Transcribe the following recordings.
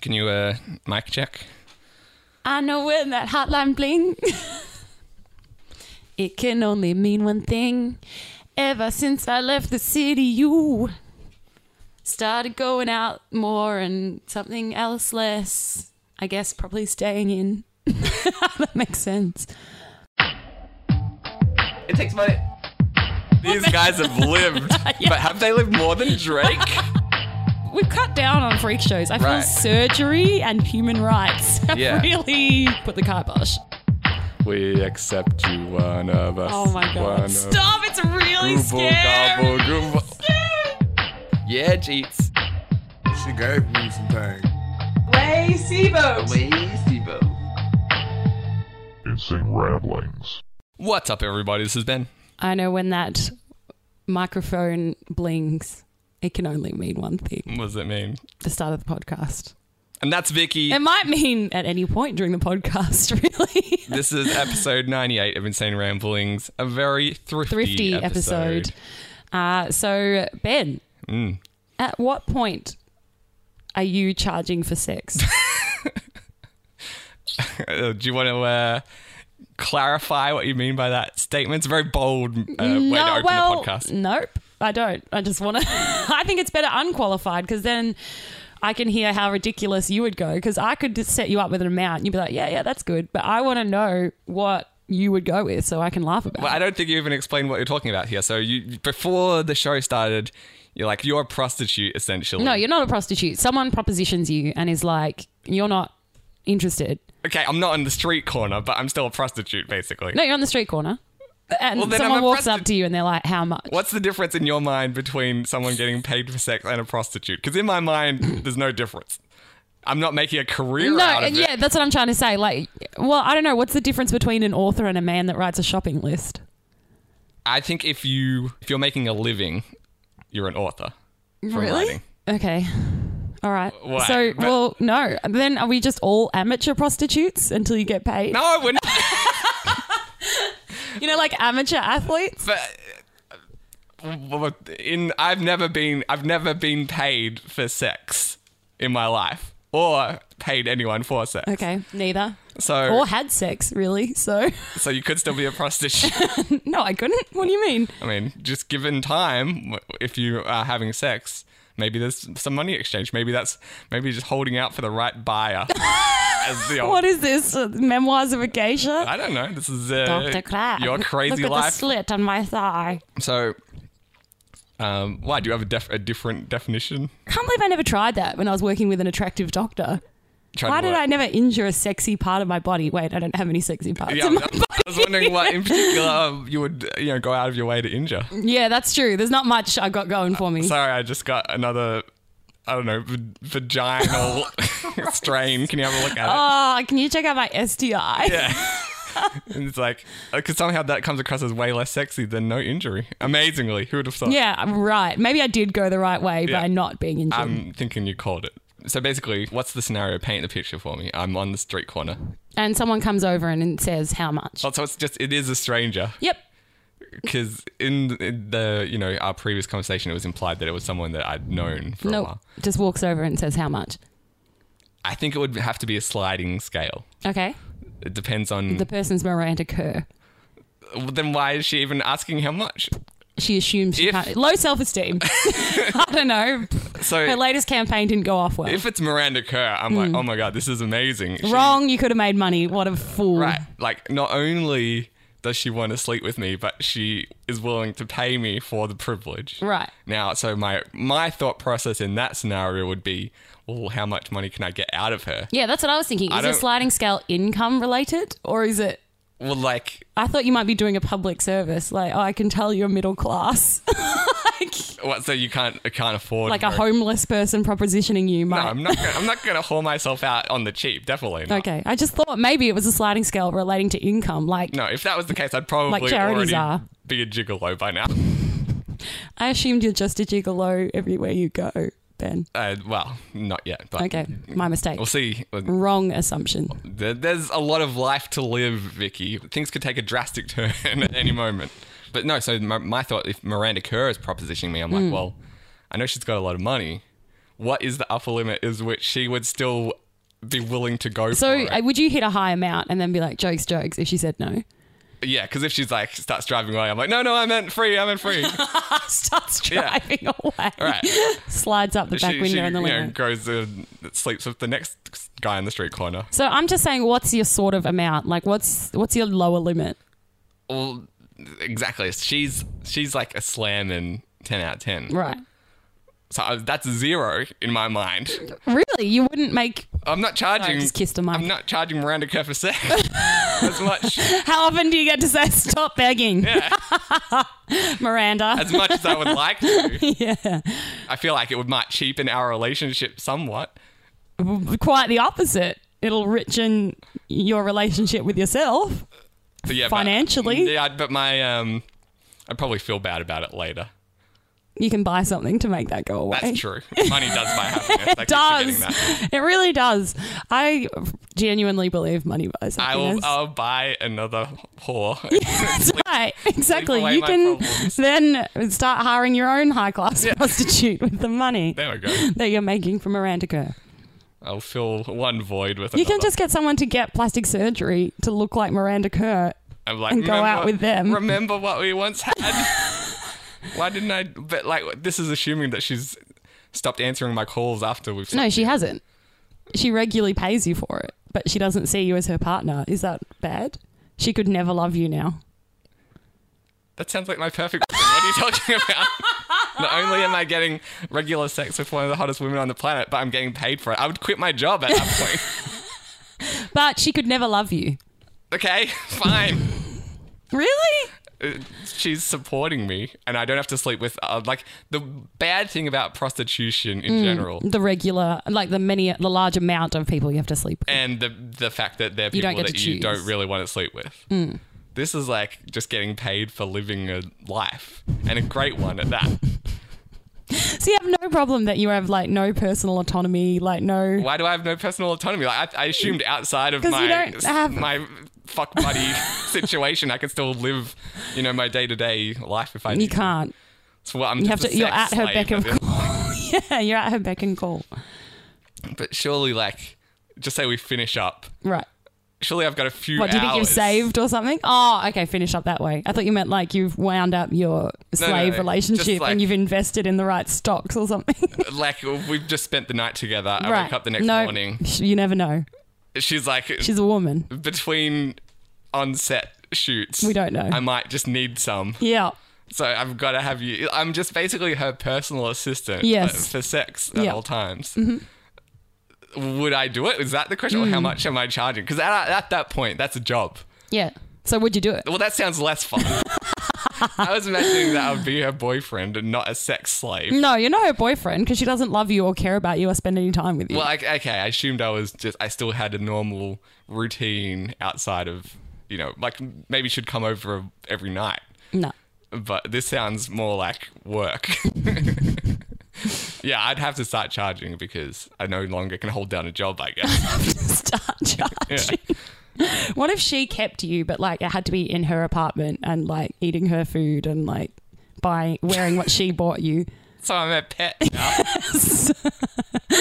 Can you uh, mic check? I know when that hotline bling. it can only mean one thing. Ever since I left the city, you started going out more and something else less. I guess probably staying in. that makes sense. It takes money. These guys have lived, Yeah. but have they lived more than Drake? We've cut down on freak shows. I feel Right. surgery and human rights have Yeah. really put the kibosh. we accept you, one of us. Oh my one god. Stop, it's really Of scary. Gobble, gobble, gobble. Yeah, Jeets. She gave me some things. Way Sibo. Insane Ramblings. What's up, everybody? This is Ben. I know when that microphone blings, it can only mean one thing What does that mean? the start of the podcast. And that's Vicky. It might mean at any point during the podcast, really. this is episode 98 of Insane Ramblings, a very thrifty, Thrifty episode. Uh, so, Ben, Mm. at what point are you charging for sex? Uh, do you want to uh, clarify what you mean by that statement? It's a very bold uh, way to open well, a podcast. nope. I don't. I just want to. I think it's better unqualified because then I can hear how ridiculous you would go. Because I could just set you up with an amount. And you'd be like, yeah, yeah, that's good. But I want to know what you would go with so I can laugh about Well, I it. don't think you even explained what you're talking about here. So you, before the show started, you're like you're a prostitute essentially. No, you're not a prostitute. Someone propositions you and is like, you're not interested. okay. I'm not in the street corner, but I'm still a prostitute basically. No, you're on the street corner. And Well, then someone I'm a walks prostitute. up to you and they're like, how much? What's the difference in your mind between someone getting paid for sex and a prostitute? Because in my mind, there's no difference. I'm not making a career No, out of yeah, it. that's what I'm trying to say. Like, well, I don't know. What's the difference between an author and a man that writes a shopping list? I think if you if you're making a living, you're an author. From Writing. Okay. All right. Why? So, But- well, no. Then are we just all amateur prostitutes until you get paid? No, we're not. You know, like amateur athletes? but but in I've never been I've never been paid for sex in my life or paid anyone for sex. Okay, neither. So Or had sex, really. So, so you could still be a prostitute. no, I couldn't. What do you mean? I mean, just given time if you are having sex, maybe there's some money exchange. Maybe that's maybe just holding out for the right buyer. as the old- What is this? Uh, Memoirs of a geisha? I don't know. This is uh, Dr. Crab. your crazy Look at the life. slit on my thigh. so, um, why do you have a, def- a different definition? Can't believe I never tried that when I was working with an attractive doctor. Try Why to did work. I never injure a sexy part of my body? Wait, I don't have any sexy parts. Yeah, in my I was- I was wondering what in particular um, you would uh, you know go out of your way to injure. yeah, that's true. There's not much I got going for me. Sorry, I just got another. I don't know v- vaginal strain. Can you have a look at it? Oh, can you check out my STI? Yeah. and it's like because somehow that comes across as way less sexy than no injury. Amazingly, who would have thought? Yeah, I'm right. Maybe I did go the right way Yeah. Um, by not being injured. I'm thinking you called it. So basically, what's the scenario? Paint the picture for me. I'm on the street corner. and someone comes over and- and says, How much? Oh, so it's just it is a stranger Yep. because in in the you know our previous conversation it was implied that it was someone that I'd known for a No. while. Just walks over and says, How much? I think it would have to be a sliding scale. Okay. It depends on. The person's Miranda Kerr. then why is she even asking how much? She assumes she If- can't. Low self esteem. I don't know. Her So latest campaign didn't go off well. if it's Miranda Kerr, I'm like, oh my god, this is amazing. She- Wrong. You could have made money. What a fool. Right. Like, not only does she want to sleep with me, but she is willing to pay me for the privilege. Right. Now, so my my thought process in that scenario would be, well, how much money can I get out of her? Yeah, that's what I was thinking. I Is a don't- sliding scale income related or is it? Well, like, I thought you might be doing a public service. Like, oh, I can tell you're middle class. like, what? So you can't I can't afford like a her- homeless person propositioning you No, might. I'm not. Gonna, I'm not going to haul myself out on the cheap. Definitely not. Okay, I just thought maybe it was a sliding scale relating to income. Like No, if that was the case, I'd probably charities already are. be a gigolo by now. I assumed you're just a gigolo everywhere you go, Ben. Uh, well, not yet, but Okay, my mistake. we'll see. Wrong assumption. There- There's a lot of life to live, Vicky. Things could take a drastic turn at any moment. But no, Hmm. so my, my thought, if Miranda Kerr is propositioning me, I'm like, well, I know she's got a lot of money. what is the upper limit is which she would still be willing to go So for. it. uh, would you hit a high amount and then be like, jokes, jokes, if she said no? yeah, because if she's like starts driving away, I'm like, no, no, I meant free, I meant free. Starts Yeah. driving away. Right. Slides up the back window in the you know, living room. goes and sleeps with the next guy in the street corner. So I'm just saying, what's your sort of amount? Like, what's what's your lower limit? Well, exactly. She's she's like a slam in ten out of ten. Right. So I, that's zero in my mind. Really, you wouldn't make. I'm not charging. Sorry, I just kissed the mic. I'm not charging Miranda Kerr for sex as much How often do you get to say stop begging, Miranda? as much as I would like to. yeah, I feel like it would might cheapen our relationship somewhat. quite the opposite. It'll richen your relationship with yourself. But yeah, but- Financially? yeah, but my um, I'd probably feel bad about it later. You can buy something to make that go away. That's true. Money does buy happiness. I keep forgetting does. that. It really does. I genuinely believe money buys I will happiness. I'll buy another whore. That's right. Exactly. away You my can problems. then start hiring your own high class prostitute with the money there we go. that you're making from Miranda Kerr. I'll fill one void with You another. can just get someone to get plastic surgery to look like Miranda Kerr. I'm like, and go "Remember- out with them." Remember what we once had? Why didn't I? But like, this is assuming that she's stopped answering my calls after we've. No, she hasn't. She regularly pays you for it, but she doesn't see you as her partner. Is that bad? She could never love you now. That sounds like my perfect. woman. what are you talking about? Not only am I getting regular sex with one of the hottest women on the planet, but I'm getting paid for it. I would quit my job at that point. But she could never love you. okay, fine. Uh, Really? she's supporting me and I don't have to sleep with uh, like the bad thing about prostitution in Mm. general The regular, like the many, the large amount of people you have to sleep with. and the the fact that they're You people don't get that to you don't choose. Mm. really want to sleep with. This is like just getting paid for living a life and a great one at that. So you have no problem that you have like no personal autonomy, like no. Why do I have no personal autonomy? Like I, I assumed outside of 'Cause my you don't have- my fuck buddy situation, I could still live, you know, my day to day life if I You need to. can't. So what, I'm You have just to. a You're sex at her slave beck at of this call. yeah, you're at her beck and call. But surely, like, just say we finish up. Right. Surely I've got a few. What do you think you've hours. saved or something? Oh, okay. Finish up that way. I thought you meant like you've wound up your slave no, just relationship like- and you've invested in the right stocks or something. Like we've just spent the night together. I right. wake up the next no, morning. sh- You never know. She's like She's a woman. between on set shoots. We don't know. I might just need some. Yeah. So I've got to have you. I'm just basically her personal assistant. Yes. uh, For sex at Yeah. Mm-hmm. all times. Would I do it? Is that the question? Or how Mm. much am I charging? Because at, at that point, that's a job. Yeah. So would you do it? Well, that sounds less fun. I was imagining that I would be her boyfriend and not a sex slave. No, you're not her boyfriend because she doesn't love you or care about you or spend any time with you. Well, I, okay, I assumed I was just, I still had a normal routine outside of, you know, like maybe she'd come over every night, no. but this sounds more like work. yeah, I'd have to start charging because I no longer can hold down a job, I guess. Start charging. What if she kept you, but like it had to be in her apartment and like eating her food and like buying, wearing what she bought you? so I'm a pet. now.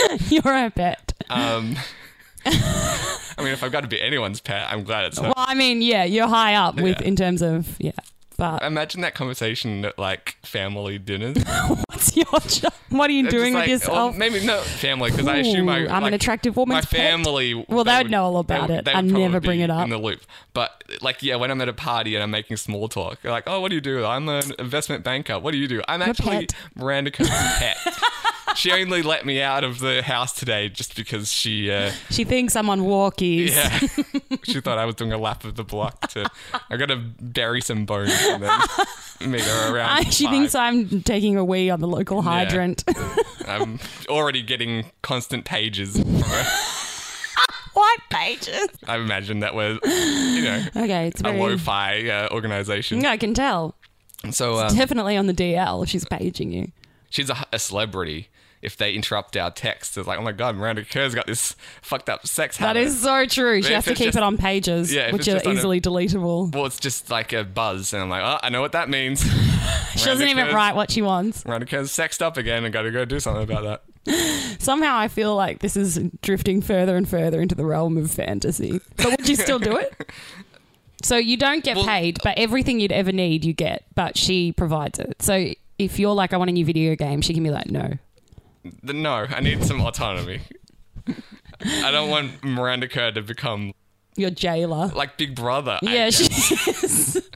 You're her pet. Um, I mean, if I've got to be anyone's pet, I'm glad it's her. Well, I mean, yeah, you're high up with Yeah. in terms of yeah. But Imagine that conversation at like family dinners. what's your job? What are you Just doing like- oh, with Well, yourself? maybe no family because I assume I, Ooh, I'm an like, attractive woman's My family. Well, they would know all about would- it. they would I never probably bring be it up. in the loop. But like, yeah, when I'm at a party and I'm making small talk, they're like, oh, what do you do? I'm an investment banker. What do you do? I'm actually pet. Miranda Cook's pet. She only let me out of the house today just because she, uh, she thinks I'm on walkies. yeah, she thought I was doing a lap of the block. To I got to bury some bones and then meet her around. she five. thinks I'm taking a wee on the local hydrant. I'm already getting constant pages from her. what pages? I imagine that we're, you know, Okay, it's a very. lo-fi uh, organization. Yeah, I can tell. So um, Definitely on the DL. She's paging you. she's a, a celebrity. If they interrupt our text, it's like, oh my god, Miranda Kerr's got this fucked up sex That habit. is so true. She If has to it's keep just- it on pages, Yeah, if which it's are just on a- easily deletable. Well, it's just like a buzz, and I'm like, oh, I know what that means. She doesn't even write what she wants. Miranda Kerr's sexed up again, and got to go do something about that. Somehow I feel like this is drifting further and further into the realm of fantasy. But would you still do it? So you don't get Well- paid, but everything you'd ever need you get, but she provides it. So if you're like, I want a new video game, she can be like, no. The- No, I need some autonomy. I don't want Miranda Kerr to become Your jailer. like Big Brother. I yeah, she guess. is.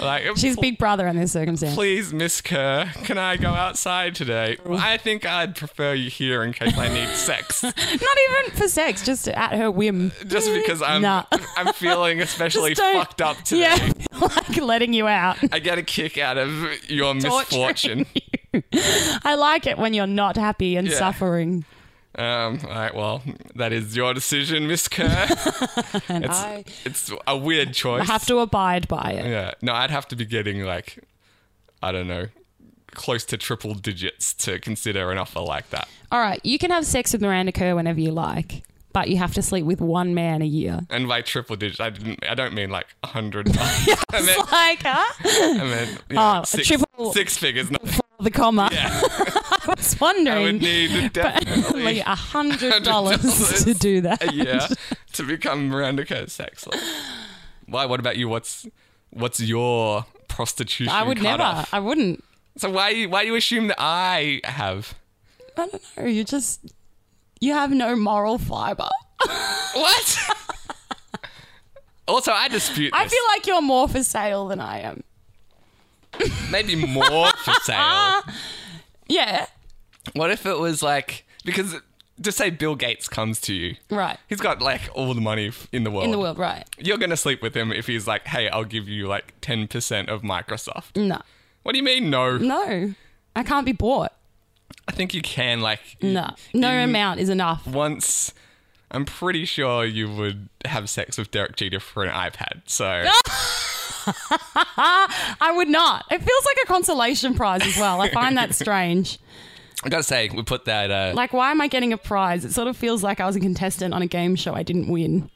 like She's pl- Big Brother in this circumstance. Please, Miss Kerr, can I go outside today? I think I'd prefer you here in case I need sex. Not even for sex, just at her whim. Just because I'm Nah. I'm feeling especially Just don't- fucked up today. Yeah, like letting you out. I get a kick out of your Torturing misfortune. I like it when you're not happy and Yeah. suffering. Um, all right, well, that is your decision, Miss Kerr. And It's- I it's a weird choice. have to abide by it. Yeah. No, I'd have to be getting like, I don't know, close to triple digits to consider an offer like that. All right, you can have sex with Miranda Kerr whenever you like, but you have to sleep with one man a year. And by triple digits, I didn't. I don't mean like a hundred. I meant, It's like, huh? I meant you know, Oh, six, triple- six figures. Not, The comma. yeah. I was I would wondering. need definitely Only a hundred dollars to $100. do that. a year to become Miranda Kerr's sex. slave. Why? What about you? What's what's your prostitution? I would never. cutoff? I wouldn't. So why why do you assume that I have? I don't know. You just you have no moral fiber. What? also, I dispute this. I feel like you're more for sale than I am. Maybe more for sale. Yeah. What if it was like because just say Bill Gates comes to you. Right. He's got like all the money f- in the world. In the world, right? You're going to sleep with him if he's like, "Hey, I'll give you like 10% of Microsoft." No. What do you mean no? No. I can't be bought. I think you can like No. No in- amount is enough. once I'm pretty sure you would have sex with Derek Jeter for an iPad. So I would not. It feels like a consolation prize as well. I find that strange. I got to say, we put that uh, Like, why am I getting a prize? It sort of feels like I was a contestant on a game show I didn't win.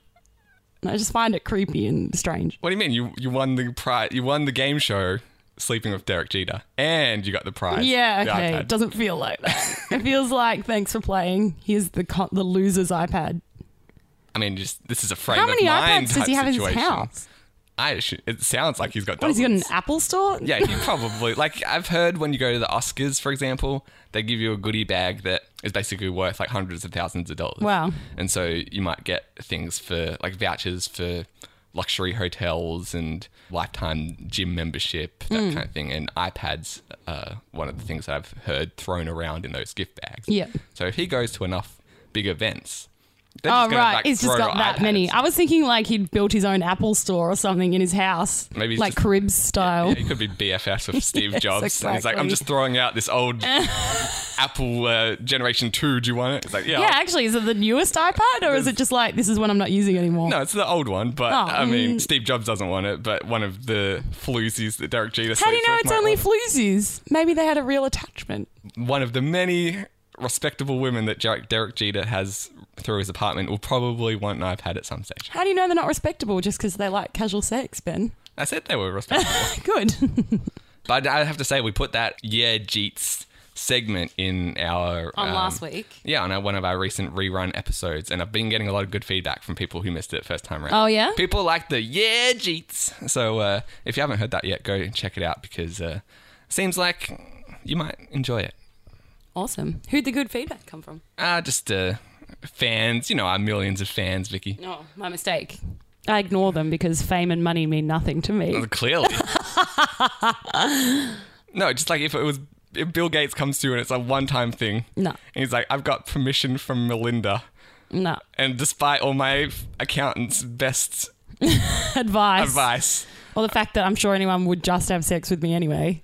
And I just find it creepy and strange. What do you mean? You you won the prize. You won the game show sleeping with Derek Jeter, and you got the prize. Yeah, the okay. It iPad. doesn't feel like that. it feels like thanks for playing. Here's the con- the loser's iPad. I mean, just this is a frame How of many mind iPads does type he have in his situation. house? I sh- it sounds like he's got. What has he got? An dozens. Apple store? Yeah, he probably like I've heard when you go to the Oscars, for example, they give you a goodie bag that is basically worth like hundreds of thousands of dollars. Wow. And so you might get things for like vouchers for luxury hotels and lifetime gym membership, Hmm. that kind of thing. And iPads are one of the things that I've heard thrown around in those gift bags. Yeah. So if he goes to enough big events, they're Oh just gonna, right, like, he's just throw got that iPads. many. I was thinking like he'd built his own Apple store or something in his house, Maybe he's like just- Cribs style. Yeah, he could be BFFs with Steve Yes, Jobs. And he's like, I'm exactly. just throwing out this old Apple uh, Generation 2. Do you want it? It's like, yeah. Yeah, actually, is it the newest iPad or is it just like this is one I'm not using anymore? No, it's the old one, but Oh, I mean, Steve Jobs doesn't want it, but one of the floozies that Derek Jeter How sleeps do you know with it's might only want floozies? Maybe they had a real attachment. one of the many respectable women that Derek, Derek Jeter has through his apartment will probably want an iPad at some stage. How do you know they're not respectable just because they like casual sex, Ben? I said they were respectable. Good. but I have to say, we put that Yeah Jeets segment in our. um, week. Yeah, on our, one of our recent rerun episodes, and I've been getting a lot of good feedback from people who missed it first time around. Oh, yeah? people like the yeah Jeets. So uh, if you haven't heard that yet, go and check it out because uh, seems like you might enjoy it. Awesome. Who'd the good feedback come from? Uh, just uh, fans, you know, our millions of fans, Vicky. Oh, my mistake. I ignore them because fame and money mean nothing to me. Clearly. no, just like if it was if Bill Gates comes to you and it's a one-time thing, No. and he's like, "I've got permission from Melinda," No. and despite all my accountant's best Advice. advice. Or the fact that I'm sure anyone would just have sex with me anyway.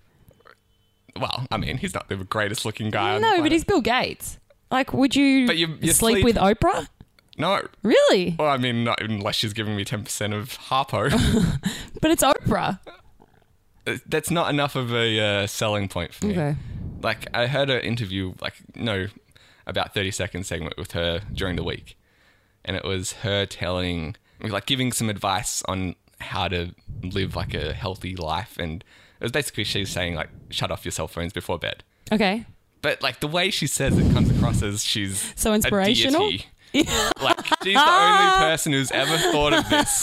Well, I mean, he's not the greatest looking guy. on the No, but planet. he's Bill Gates. Like, would you, But you- you sleep, sleep- Oh. with Oprah? no. Really? Well, I mean, not unless she's giving me ten percent of Harpo. Uh, But it's Oprah. That's not enough of a uh, selling point for me. Okay. Like, I heard her interview, like, no, about thirty second segment with her during the week, and it was her telling, like, giving some advice on how to live like a healthy life, and it was basically she's saying like, shut off your cell phones before bed. Okay. But like the way she says it comes across as she's So a inspirational? deity. like she's the only person who's ever thought of this.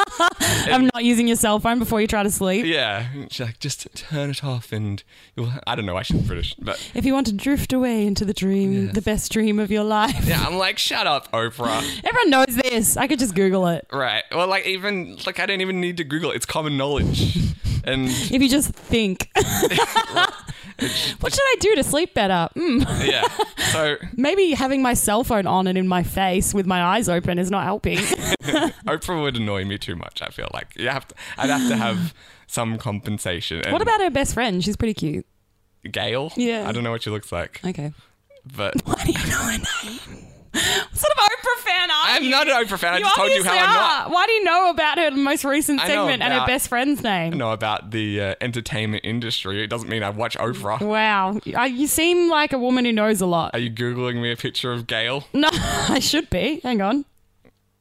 I'm not using your cell phone before you try to sleep. Yeah, she's like just turn it off and you'll. I don't know. why she's British, but If you want to drift away into the dream, the best dream of your life. yeah, I'm like shut up, Oprah. Everyone knows this. I could just Google it. Right. Well, like even like I don't even need to Google. It. It's common knowledge. And If you just think. what should I do to sleep better? Mm, yeah, so maybe having my cell phone on and in my face with my eyes open is not helping. Oprah would annoy me too much. I feel like you have to. I'd have to have some compensation. And what about her best friend? She's pretty cute. Gail? Yeah. I don't know what she looks like, Okay. but Why do you know her name? What sort of Oprah fan are I'm you? not an Oprah fan. I You just told you obviously how I'm not. are. Why do you know about her most recent I know segment and her about- best friend's name? know about the uh, entertainment industry. It doesn't mean I watch Oprah. Wow. I, you seem like a woman who knows a lot. Are you googling me a picture of Gail? no, I should be. Hang on.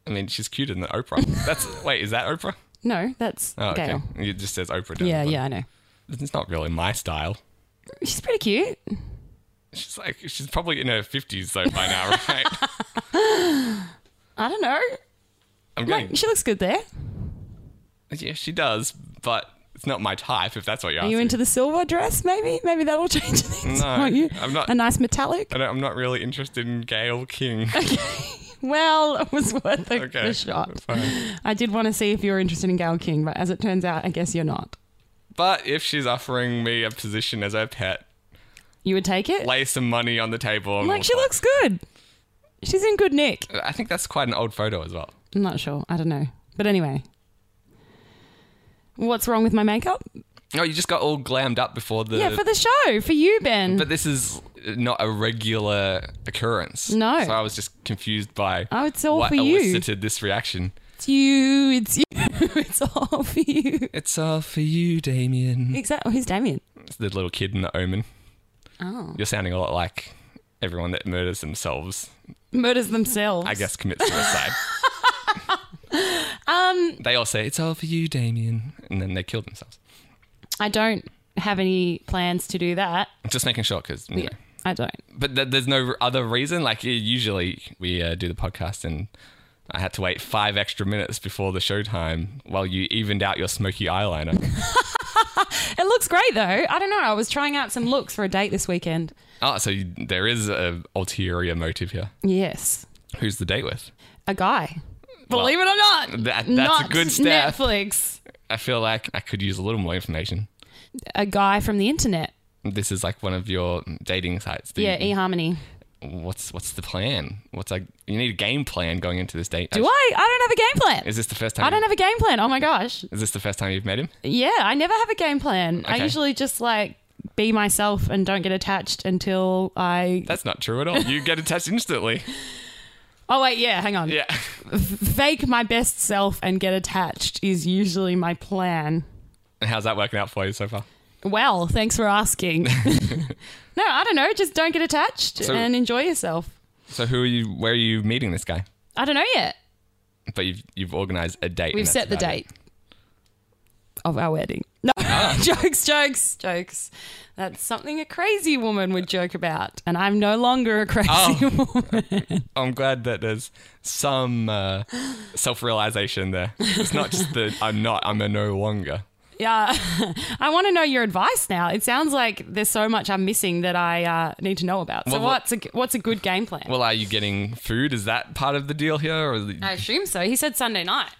I mean, she's cuter than Oprah. That's wait, is that Oprah? No, that's Oh, okay. Gail. It just says Oprah. down Yeah, the yeah, I know. bottom. It's not really my style. She's pretty cute. She's like she's probably in her fifties though by now, right? I don't know. I'm Like, getting she looks good there. yeah, she does, but it's not my type. If that's what you're Are asking. you into the silver dress, maybe? Maybe that'll change things. No, won't you? I'm not- A nice metallic? I don't, I'm not really interested in Gail King. Well, it was worth a, Okay, a shot. fine. I did want to see if you were interested in Gail King, but as it turns out, I guess you're not. But if she's offering me a position as her pet, You would take it? lay some money on the table. and like, we'll she talk. looks good. She's in good nick. I think that's quite an old photo as well. I'm not sure. I don't know. But anyway. What's wrong with my makeup? Oh, you just got all glammed up before the. yeah, for the show, for you, Ben. but this is not a regular occurrence. No. So I was just confused by. Oh, it's all what for you. elicited this reaction? it's you, it's you, it's all for you. It's all for you, Damien. Exactly. Who's Damien? It's the little kid in the Omen. Oh. You're sounding a lot like everyone that murders themselves. Murders themselves. I guess commits suicide. um. They all say it's all for you, Damien, and then they kill themselves. I don't have any plans to do that. Just making sure, because you know. I don't. but th- there's no other reason. Like u- usually we uh, do the podcast, and I had to wait five extra minutes before the showtime while you evened out your smoky eyeliner. It looks great though. I don't know. I was trying out some looks for a date this weekend. oh, so you, there is a ulterior motive here. Yes. Who's the date with? A guy. Believe it or not. that- that's a not good step. Netflix. I feel like I could use a little more information. A guy from the internet. This is like one of your dating sites. the- Yeah, eHarmony. What's what's the plan? What's like you need a game plan going into this date? Do I? I don't have a game plan. Is this the first time? I don't have a game plan. Oh my gosh. Is this the first time you've met him? Yeah, I never have a game plan. I Okay. usually just like be myself and don't get attached until I. That's not true at all. You get attached instantly. oh wait, yeah, hang on. Yeah. Fake my best self and get attached is usually my plan. How's that working out for you so far? Well, thanks for asking. no, I don't know. Just don't get attached So- and enjoy yourself. So who are you? Where are you meeting this guy? I don't know yet. But you've you've organised a date. and We've that's set the about it. Ah. date of our wedding. No, jokes, jokes, jokes. That's something a crazy woman would joke about, and I'm no longer a crazy woman. Oh. I'm glad that there's some uh, self-realization there. It's not just the I'm not. I'm a no longer. Yeah, I want to know your advice now. It sounds like there's so much I'm missing that I uh, need to know about. So Well, what- what's a, what's a good game plan? Well, are you getting food? Is that part of the deal here? Or I assume so. He said Sunday night.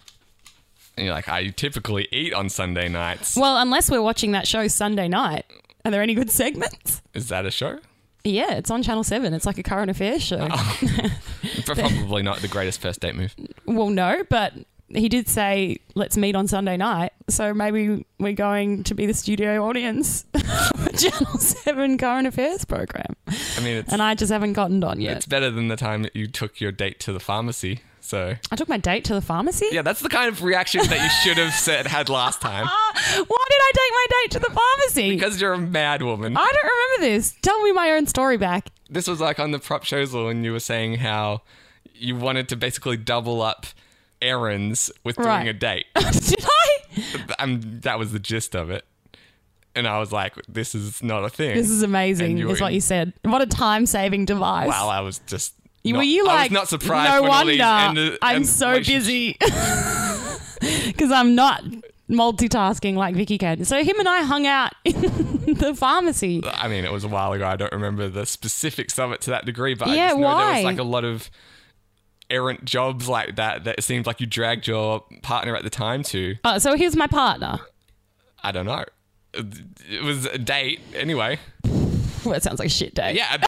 you're like I typically eat on Sunday nights. Well, unless we're watching that show Sunday night. Are there any good segments? Is that a show? Yeah, it's on Channel 7. It's like a current affairs show. Probably not the greatest first date move. Well, no, but he did say, let's meet on Sunday night. So maybe we're going to be the studio audience for Channel 7 current affairs program. I mean, it's And I just haven't gotten on yet. it's better than the time that you took your date to the pharmacy. So I took my date to the pharmacy. yeah, that's the kind of reaction that you should have said had last time Ah, why did I take my date to the pharmacy? because you're a mad woman. I don't remember this. Tell me my own story back. this was like on the prop shows when you were saying how you wanted to basically double up errands with doing Right. a date. did I? um, that was the gist of it. and I was like, "This is not a thing." This is amazing. And you Is were- what you said. What a time saving device. Wow, I was just. You- not- were you I was like not surprised. No when all wonder these ended- I'm end so relationships- busy because I'm not multitasking like Vicky can. So him and I hung out in the pharmacy. I mean, it was a while ago. I don't remember the specifics of it to that degree, but Yeah, I just know there why? was like a lot of errant jobs like that that it seemed like you dragged your partner at the time to. Oh, so he was my partner. I don't know. It was a date anyway. Well, it sounds like a shit day. Yeah,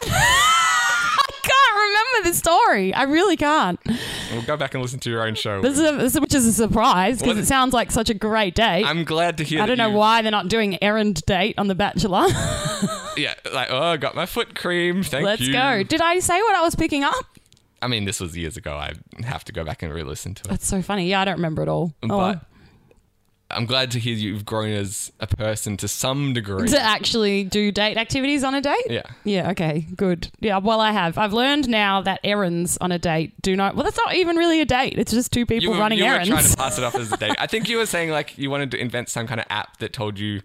I can't remember the story. I really can't. we'll go back and listen to your own show. This is, a, this is which is a surprise because What- it sounds like such a great date. I'm glad to hear. I don't that know you- why they're not doing errand date on The Bachelor. Yeah, like oh, I got my foot cream. Thank Let's you. go. Did I say what I was picking up? I mean, this was years ago. I have to go back and re-listen to it. That's so funny. Yeah, I don't remember at all. Oh, but well. I'm glad to hear you've grown as a person to some degree. to actually do date activities on a date? yeah. Yeah, okay, good. Yeah, well, I have. I've learned now that errands on a date do not. Well, that's not even really a date. It's just two people You were, running you were errands. trying to pass it off as a date. I think you were saying like you wanted to invent some kind of app that told you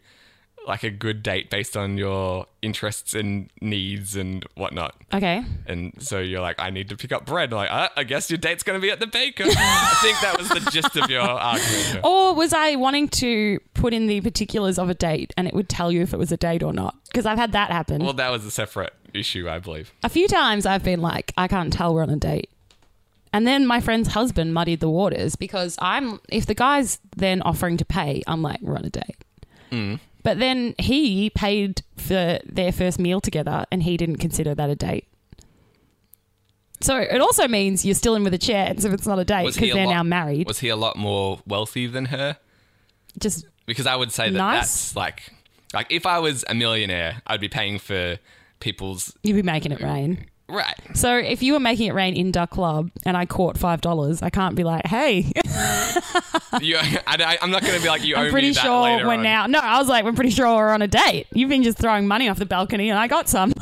like a good date based on your interests and needs and whatnot. okay. And so you're like, I need to pick up bread. Like, uh, I guess your date's going to be at the baker. I think that was the gist of your argument. Or was I wanting to put in the particulars of a date and it would tell you if it was a date or not? Because I've had that happen. Well, that was a separate issue, I believe. a few times I've been like, I can't tell we're on a date. And then my friend's husband muddied the waters because I'm, if the guy's then offering to pay, I'm like, we're on a date. Mm. But then he paid for their first meal together and he didn't consider that a date. So it also means you're still in with a chance if it's not a date Was because he a they're lot- now married. Was he a lot more wealthy than her? Just because I would say that Nice. that's like like if I was a millionaire, I'd be paying for people's you'd be making it rain. right. So if you were making it rain in Duck Club and I caught five dollars, I can't be like, "Hey, You, I, am not going to be like you. I'm owe pretty me that sure later we're on. now. No, I was like, we're pretty sure we're on a date. You've been just throwing money off the balcony, and I got some.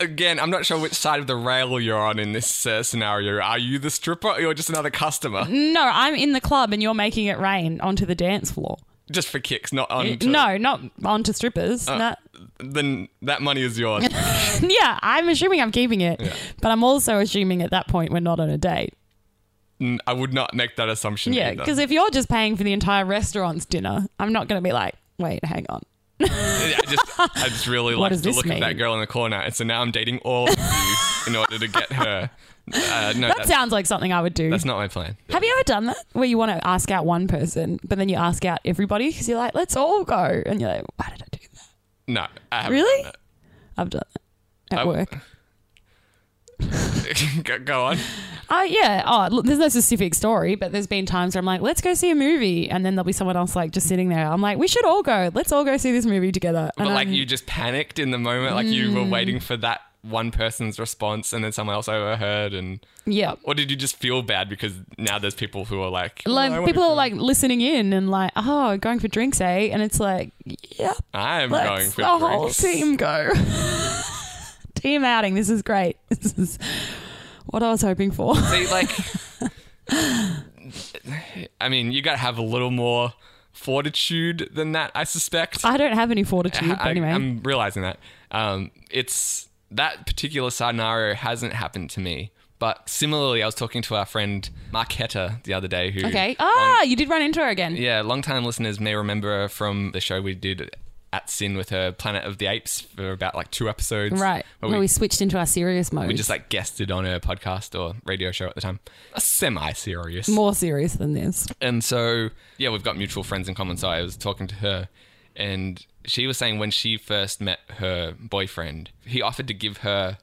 Again, I'm not sure which side of the rail you're on in this uh, scenario. Are you the stripper or you're just another customer? No, I'm in the club, and you're making it rain onto the dance floor. Just for kicks, not on. to- No, not onto strippers. Uh. No. Then that money is yours. yeah, I'm assuming I'm keeping it, but I'm also assuming at that point we're not on a date. Mm, I would not make that assumption. Yeah, either. because if you're just paying for the entire restaurant's dinner, I'm not going to be like, wait, hang on. I just, I just really What like does the this look of mean? that girl in the corner, and so now I'm dating all of you in order to get her. Uh, no, That that's, sounds like something I would do. that's not my plan. Have you ever done that where you want to ask out one person, but then you ask out everybody because you're like, let's all go, and you're like, why did I do that? No, I haven't Really? done I've done that at I- work. that. go, go on. Oh yeah. Oh, look, there's no specific story, but there's been times where I'm like, let's go see a movie, and then there'll be someone else like just sitting there. I'm like, we should all go. Let's all go see this movie together. But And like I'm- you just panicked in the moment, like you were waiting Mm. for that one person's response, and then someone else overheard, and yeah. or did you just feel bad because now there's people who are like, "Oh, I Like wanna people go. are like listening in and like, oh, going for drinks, eh? And it's like, yeah, I'm let's going for the whole drinks. team go. team outing. This is great. This is what I was hoping for. See, like, I mean, you got to have a little more fortitude than that, I suspect. I don't have any fortitude, but I, anyway. am realizing that. Um, it's that particular scenario hasn't happened to me. But similarly, I was talking to our friend Marquetta the other day, who okay. Ah, you did run into her again. yeah, long-time listeners may remember her from the show we did at Sin with her Planet of the Apes for about like two episodes, Right. Where Where we, we, switched into our serious mode. we just like guested on her podcast or radio show at the time, semi-serious. more serious than this. And so, yeah, we've got mutual friends in common. So I was talking to her, and she was saying when she first met her boyfriend, he offered to give her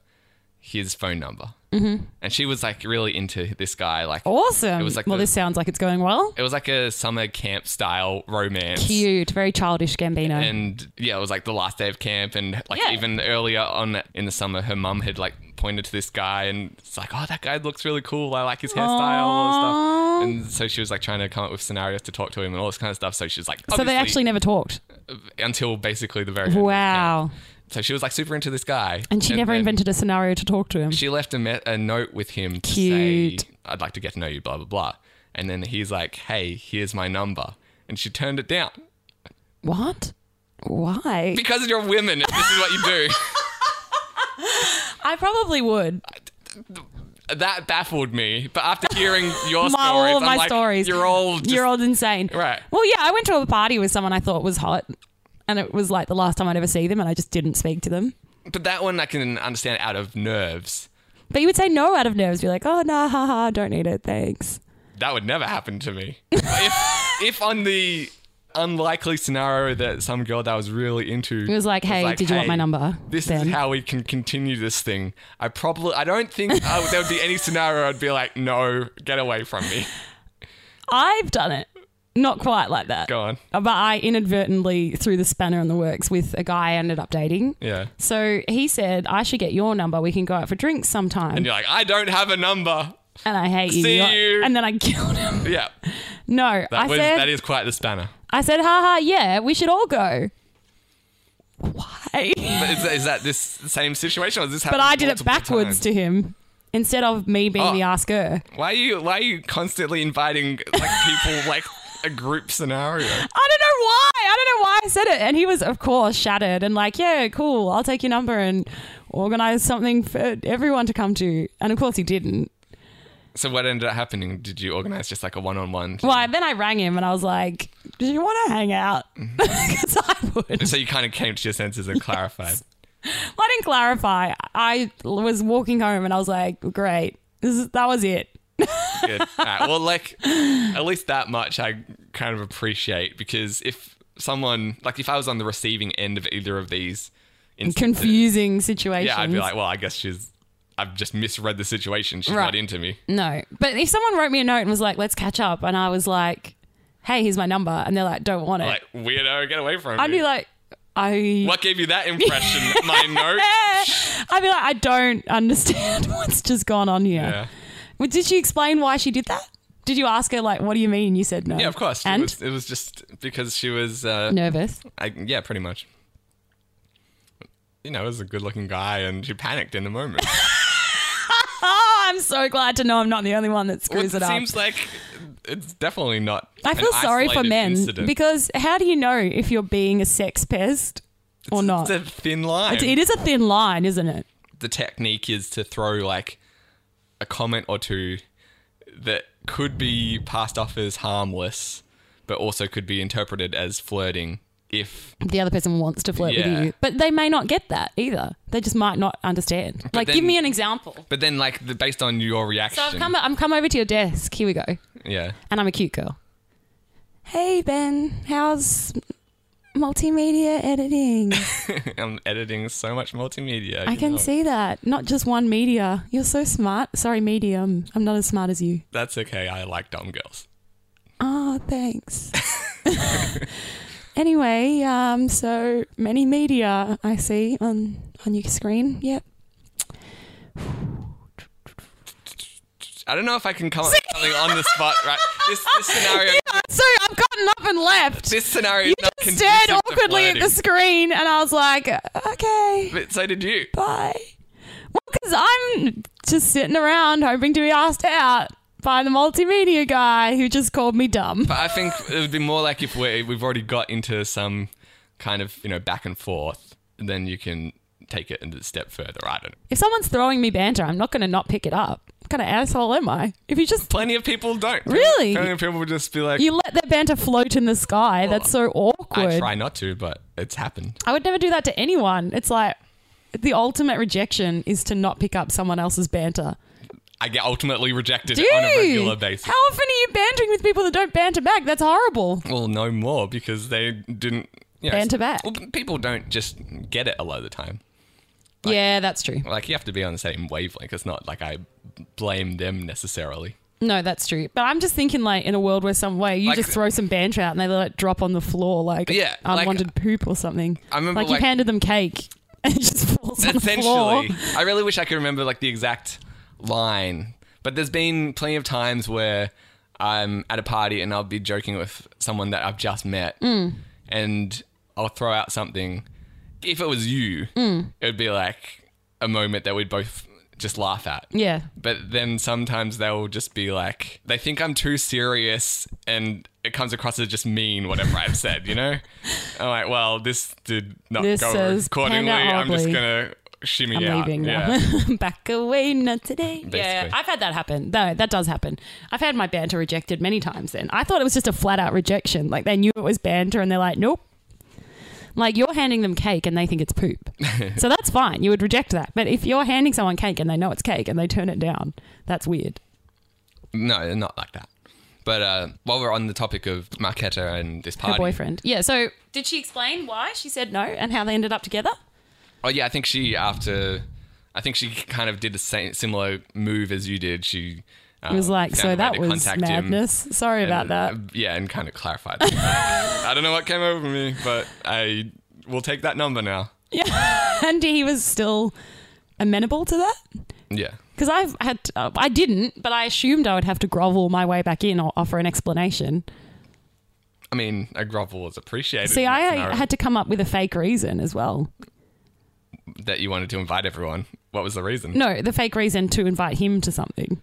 his phone number, mm-hmm. and she was like really into this guy. Like, Awesome. It was like well, the- this sounds like it's going well. it was like a summer camp style romance. Cute, very childish Gambino. And yeah, it was like the last day of camp, and like Yeah. even earlier on in the summer, her mum had like pointed to this guy, and it's like, oh, that guy looks really cool. I like his hairstyle and stuff. And so she was like trying to come up with scenarios to talk to him and all this kind of stuff. So she's like, so they obviously- uh, actually never talked. until basically the very end of camp. Wow. So she was like super into this guy, And she never then invented a scenario to talk to him. She left a, me- a note with him to Cute. say, "I'd like to get to know you," blah blah blah. And then he's like, "Hey, here's my number," and she turned it down. what? Why? Because you're women, and this is what you do. I probably would. that baffled me. But after hearing your My- stories, all of I'm my like, stories. you're all just You're old insane. Right. Well, yeah, I went to a party with someone I thought was hot, and it was like the last time I'd ever see them, and I just didn't speak to them. But that one I can understand out of nerves. But you would say no out of nerves. Be like, oh, nah, ha, ha, don't need it, thanks. That would never happen to me. if, if on the unlikely scenario that some girl that I was really into It was like, hey, did you want my number? This Ben?" is how we can continue this thing. I probably, I don't think I would- there would be any scenario I'd be like, no, get away from me. I've done it. Not quite like that. Go on. But I inadvertently threw the spanner in the works with a guy I ended up dating. Yeah. So he said, I should get your number. We can go out for drinks sometime. And And, you're like, I don't have a number. I hate you. See You're- you. And then I killed him. Yeah. No, I That, was, said, that is quite the spanner. I said, haha, yeah, we should all go. Why? But is that, is that this same situation or is this but I did it backwards to him instead of me being Oh. the asker. Why are you why are you constantly inviting like people like a group scenario? I don't know why. I don't know why I said it. And he was, of course, shattered and like, yeah, cool. I'll take your number and organize something for everyone to come to. And of course, he didn't. So what ended up happening? Did you organize just like a one on one? Why? Then I rang him and I was like, do you want to hang out? Mm-hmm. Because I would. So you kind of came to your senses and clarified. Well, I didn't clarify. I was walking home and I was like, great. This is, that was it. Good. All right. Well, like at least that much I kind of appreciate because if someone like if I was on the receiving end of either of these, instances, Confusing situations. Yeah, I'd be like, well, I guess she's. I've just misread the situation. She's Right. not into me. No. But if someone wrote me a note and was like, let's catch up, and I was like, hey, here's my number, and they're like, don't want it, Like weirdo, get away from I'd me. be like, I. what gave you that impression? My note. I'd be like, I don't understand what's just gone on here. Yeah. Well, did she explain why she did that? Did you ask her, like, what do you mean? You said no. Yeah, of course. And it, was, it was just because she was, uh, nervous. I, yeah, pretty much. You know, it was a good-looking guy, and she panicked in the moment. Oh, I'm so glad to know I'm not the only one Well, that screws it it up. seems like it's definitely not. I feel an sorry for isolated men incident. because how do you know if you're being a sex pest or not? it's a thin line. It's, it is a thin line, isn't it? the technique is to throw like a comment or two that could be passed off as harmless, but also could be interpreted as flirting if the other person wants to flirt Yeah. with you. But they may not get that either. They just might not understand. like, then- give me an example. But then, like, the, based on your So reaction, I've come, I'm come over to your desk. Here we go. yeah, And I'm a cute girl. Hey, Ben, how's multimedia editing? I'm editing so much multimedia. Oh, I you can know. see that. Not just one media. You're so smart. Sorry, medium. I'm not as smart as you. That's okay. I like dumb girls. Oh, thanks. anyway, um, so many media I see on on your screen. Yep. I don't know if I can come up with something on the spot. Right? This, this scenario. Yeah, so I've gotten up and left. This scenario. you is not just conducive stared to awkwardly at the flirting. screen, and I was like, okay, But so did you. bye. Well, because I'm just sitting around hoping to be asked out by the multimedia guy who just called me dumb. But I think it would be more like if we we've already got into some kind of you know back and forth, then you can take it a step further. I don't. know. If someone's throwing me banter, I'm not going to not pick it up. What kind of asshole am I? If you just Plenty of people don't. Really? Plenty of people would just be like, you let their banter float in the sky, that's so awkward. I try not to, but it's happened. I would never do that to anyone. It's like the ultimate rejection is to not pick up someone else's banter. I get ultimately rejected Dude, on a regular basis. How often are you bantering with people that don't banter back? That's horrible. Well, no more because they didn't. You know, Banter back. Well, people don't just get it a lot of the time. yeah, that's true. Like you have to be on the same wavelength. It's not like I blame them necessarily. No, that's true. But I'm just thinking, like, in a world where some way you Like- just throw some banter out and they like drop on the floor like Yeah, like- unwanted poop or something. I remember, like you've like- handed them cake and it just falls on the floor. Essentially, I really wish I could remember like the exact line, but there's been plenty of times where I'm at a party and I'll be joking with someone that I've just met, Mm. and I'll throw Mm. out something. If it was you, it would be like a moment that we'd both just laugh at. Yeah. But then sometimes they'll just be like, they think I'm too serious and it comes across as just mean, whatever I've said, you know? I'm like, well, this did not This go says accordingly. panned out I'm just horribly. going to shimmy I'm out. leaving now. yeah. Back away, not today. Yeah, Basically. I've had that happen. No, that does happen. I've had my banter rejected many times then. I thought it was just a flat out rejection. Like they knew it was banter and they're like, nope. Like you're handing them cake and they think it's poop. so that's fine. You would reject that. But if you're handing someone cake and they know it's cake and they turn it down, that's weird. No, not like that. But uh, while we're on the topic of Marquetta and this Her party, boyfriend. Yeah, so did she explain why she said no and how they ended up together? Oh yeah, I think she after, I think she kind of did the same similar move as you did. She uh, It was like, found a so way that to was contact him madness. Sorry about and- uh, that. Yeah, and kind of clarified. that. I don't know what came over me, but I will take that number now. And he was still amenable to that? Yeah, because I've had uh, I didn't, but I assumed I would have to grovel my way back in or offer an explanation. I mean, a grovel was appreciated. See, in that I scenario, had to come up with a fake reason as well. that you wanted to invite everyone. What was the reason? No, the fake reason to invite him to something.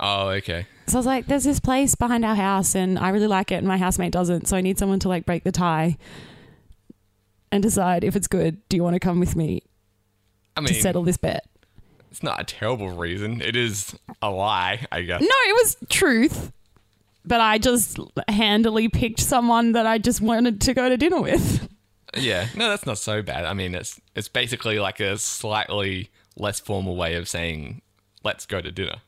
Oh, okay. So I was like, "There's this place behind our house, and I really like it, and my housemate doesn't, so I need someone to like break the tie and decide if it's good. Do you want to come with me I to mean, settle this bet?" it's not a terrible reason. It is a lie, I guess. No, it was truth, but I just handily picked someone that I just wanted to go to dinner with. Yeah, no, that's not so bad. I mean, it's it's basically like a slightly less formal way of saying let's go to dinner.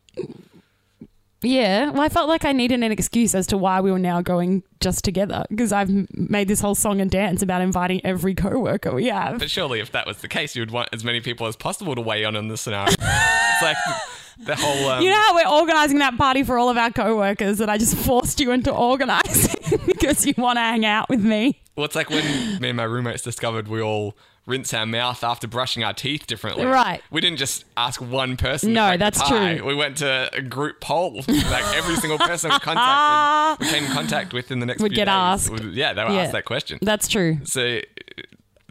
Yeah, well, I felt like I needed an excuse as to why we were now going just together because I've m- made this whole song and dance about inviting every coworker we have. But surely, if that was the case, you would want as many people as possible to weigh on in this scenario. it's like the whole. Um, You know how we're organising that party for all of our coworkers that I just forced you into organising because you want to hang out with me. well, it's like when me and my roommates discovered we all rinse our mouth after brushing our teeth differently. Right. We didn't just ask one person. to No, break the that's tie. true. We went to a group poll. Like every single person we contacted, we came in contact with in the next Would few get days. asked. would- Yeah, they were Yeah. asked that question. That's true. So,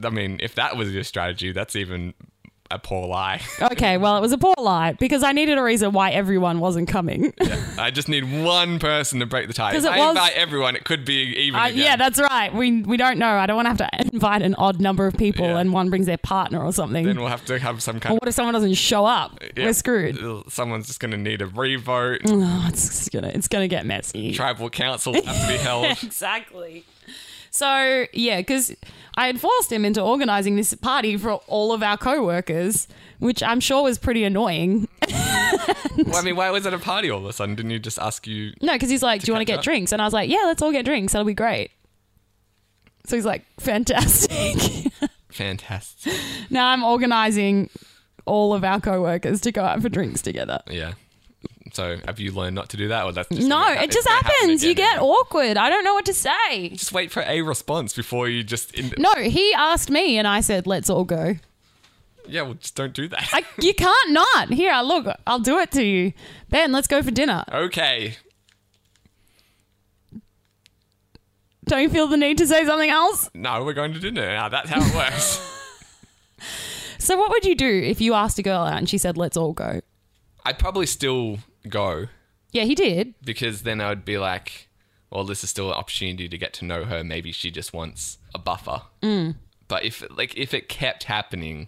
I mean, if that was your strategy, that's even a poor lie. Okay, well, it was a poor lie because I needed a reason why everyone wasn't coming. I just need one person to break the tie. If 'Cause it I was- invite everyone, it could be even. I, again. yeah, that's right. We we don't know. I don't want to have to invite an odd number of people Yeah. and one brings their partner or something. then we'll have to have some or kind. what if someone doesn't show up? of, yeah, We're screwed. Someone's just going to need a revote. Oh, it's gonna it's gonna get messy. Tribal council will have to be held. exactly. So yeah, because I had forced him into organising this party for all of our co-workers, which I'm sure was pretty annoying. well, I mean, why was it a party all of a sudden? Didn't you just ask you? No, because he's like, "Do you want to catch get up. drinks?" And I was like, "Yeah, let's all get drinks. That'll be great." So he's like, "Fantastic." Fantastic. now I'm organising all of our co-workers to go out for drinks together. Yeah. So have you learned not to do that, or that's just No, gonna hap- it it's just gonna happen happens. You again get and- awkward. I don't know what to say. Just wait for a response before you just. In- No, he asked me and I said, "Let's all go." Yeah, well, just don't do that. I, you can't not. Here, I look. I'll do it to you. Ben, let's go for dinner. okay. Don't you feel the need to say something else? No, we're going to dinner now. That's how it works. So, what would you do if you asked a girl out and she said, "Let's all go"? I'd probably still go Yeah, he did. because then I would be like, well, this is still an opportunity to get to know her. Maybe she just wants a buffer. Mm. But if like if it kept happening,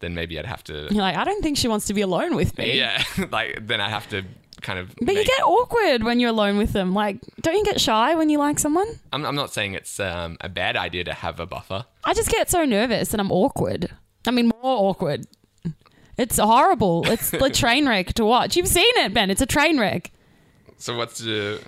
then maybe I'd have to You're like, I don't think she wants to be alone with me. yeah, like then I have to kind of. Eh? But you make- get awkward when you're alone with them. Like, don't you get shy when you like someone? I'm, I'm not saying it's um, a bad idea to have a buffer. I just get so nervous and I'm awkward. I mean, more awkward. It's horrible. It's a train wreck to watch. You've seen it, Ben. It's a train wreck. So what's your?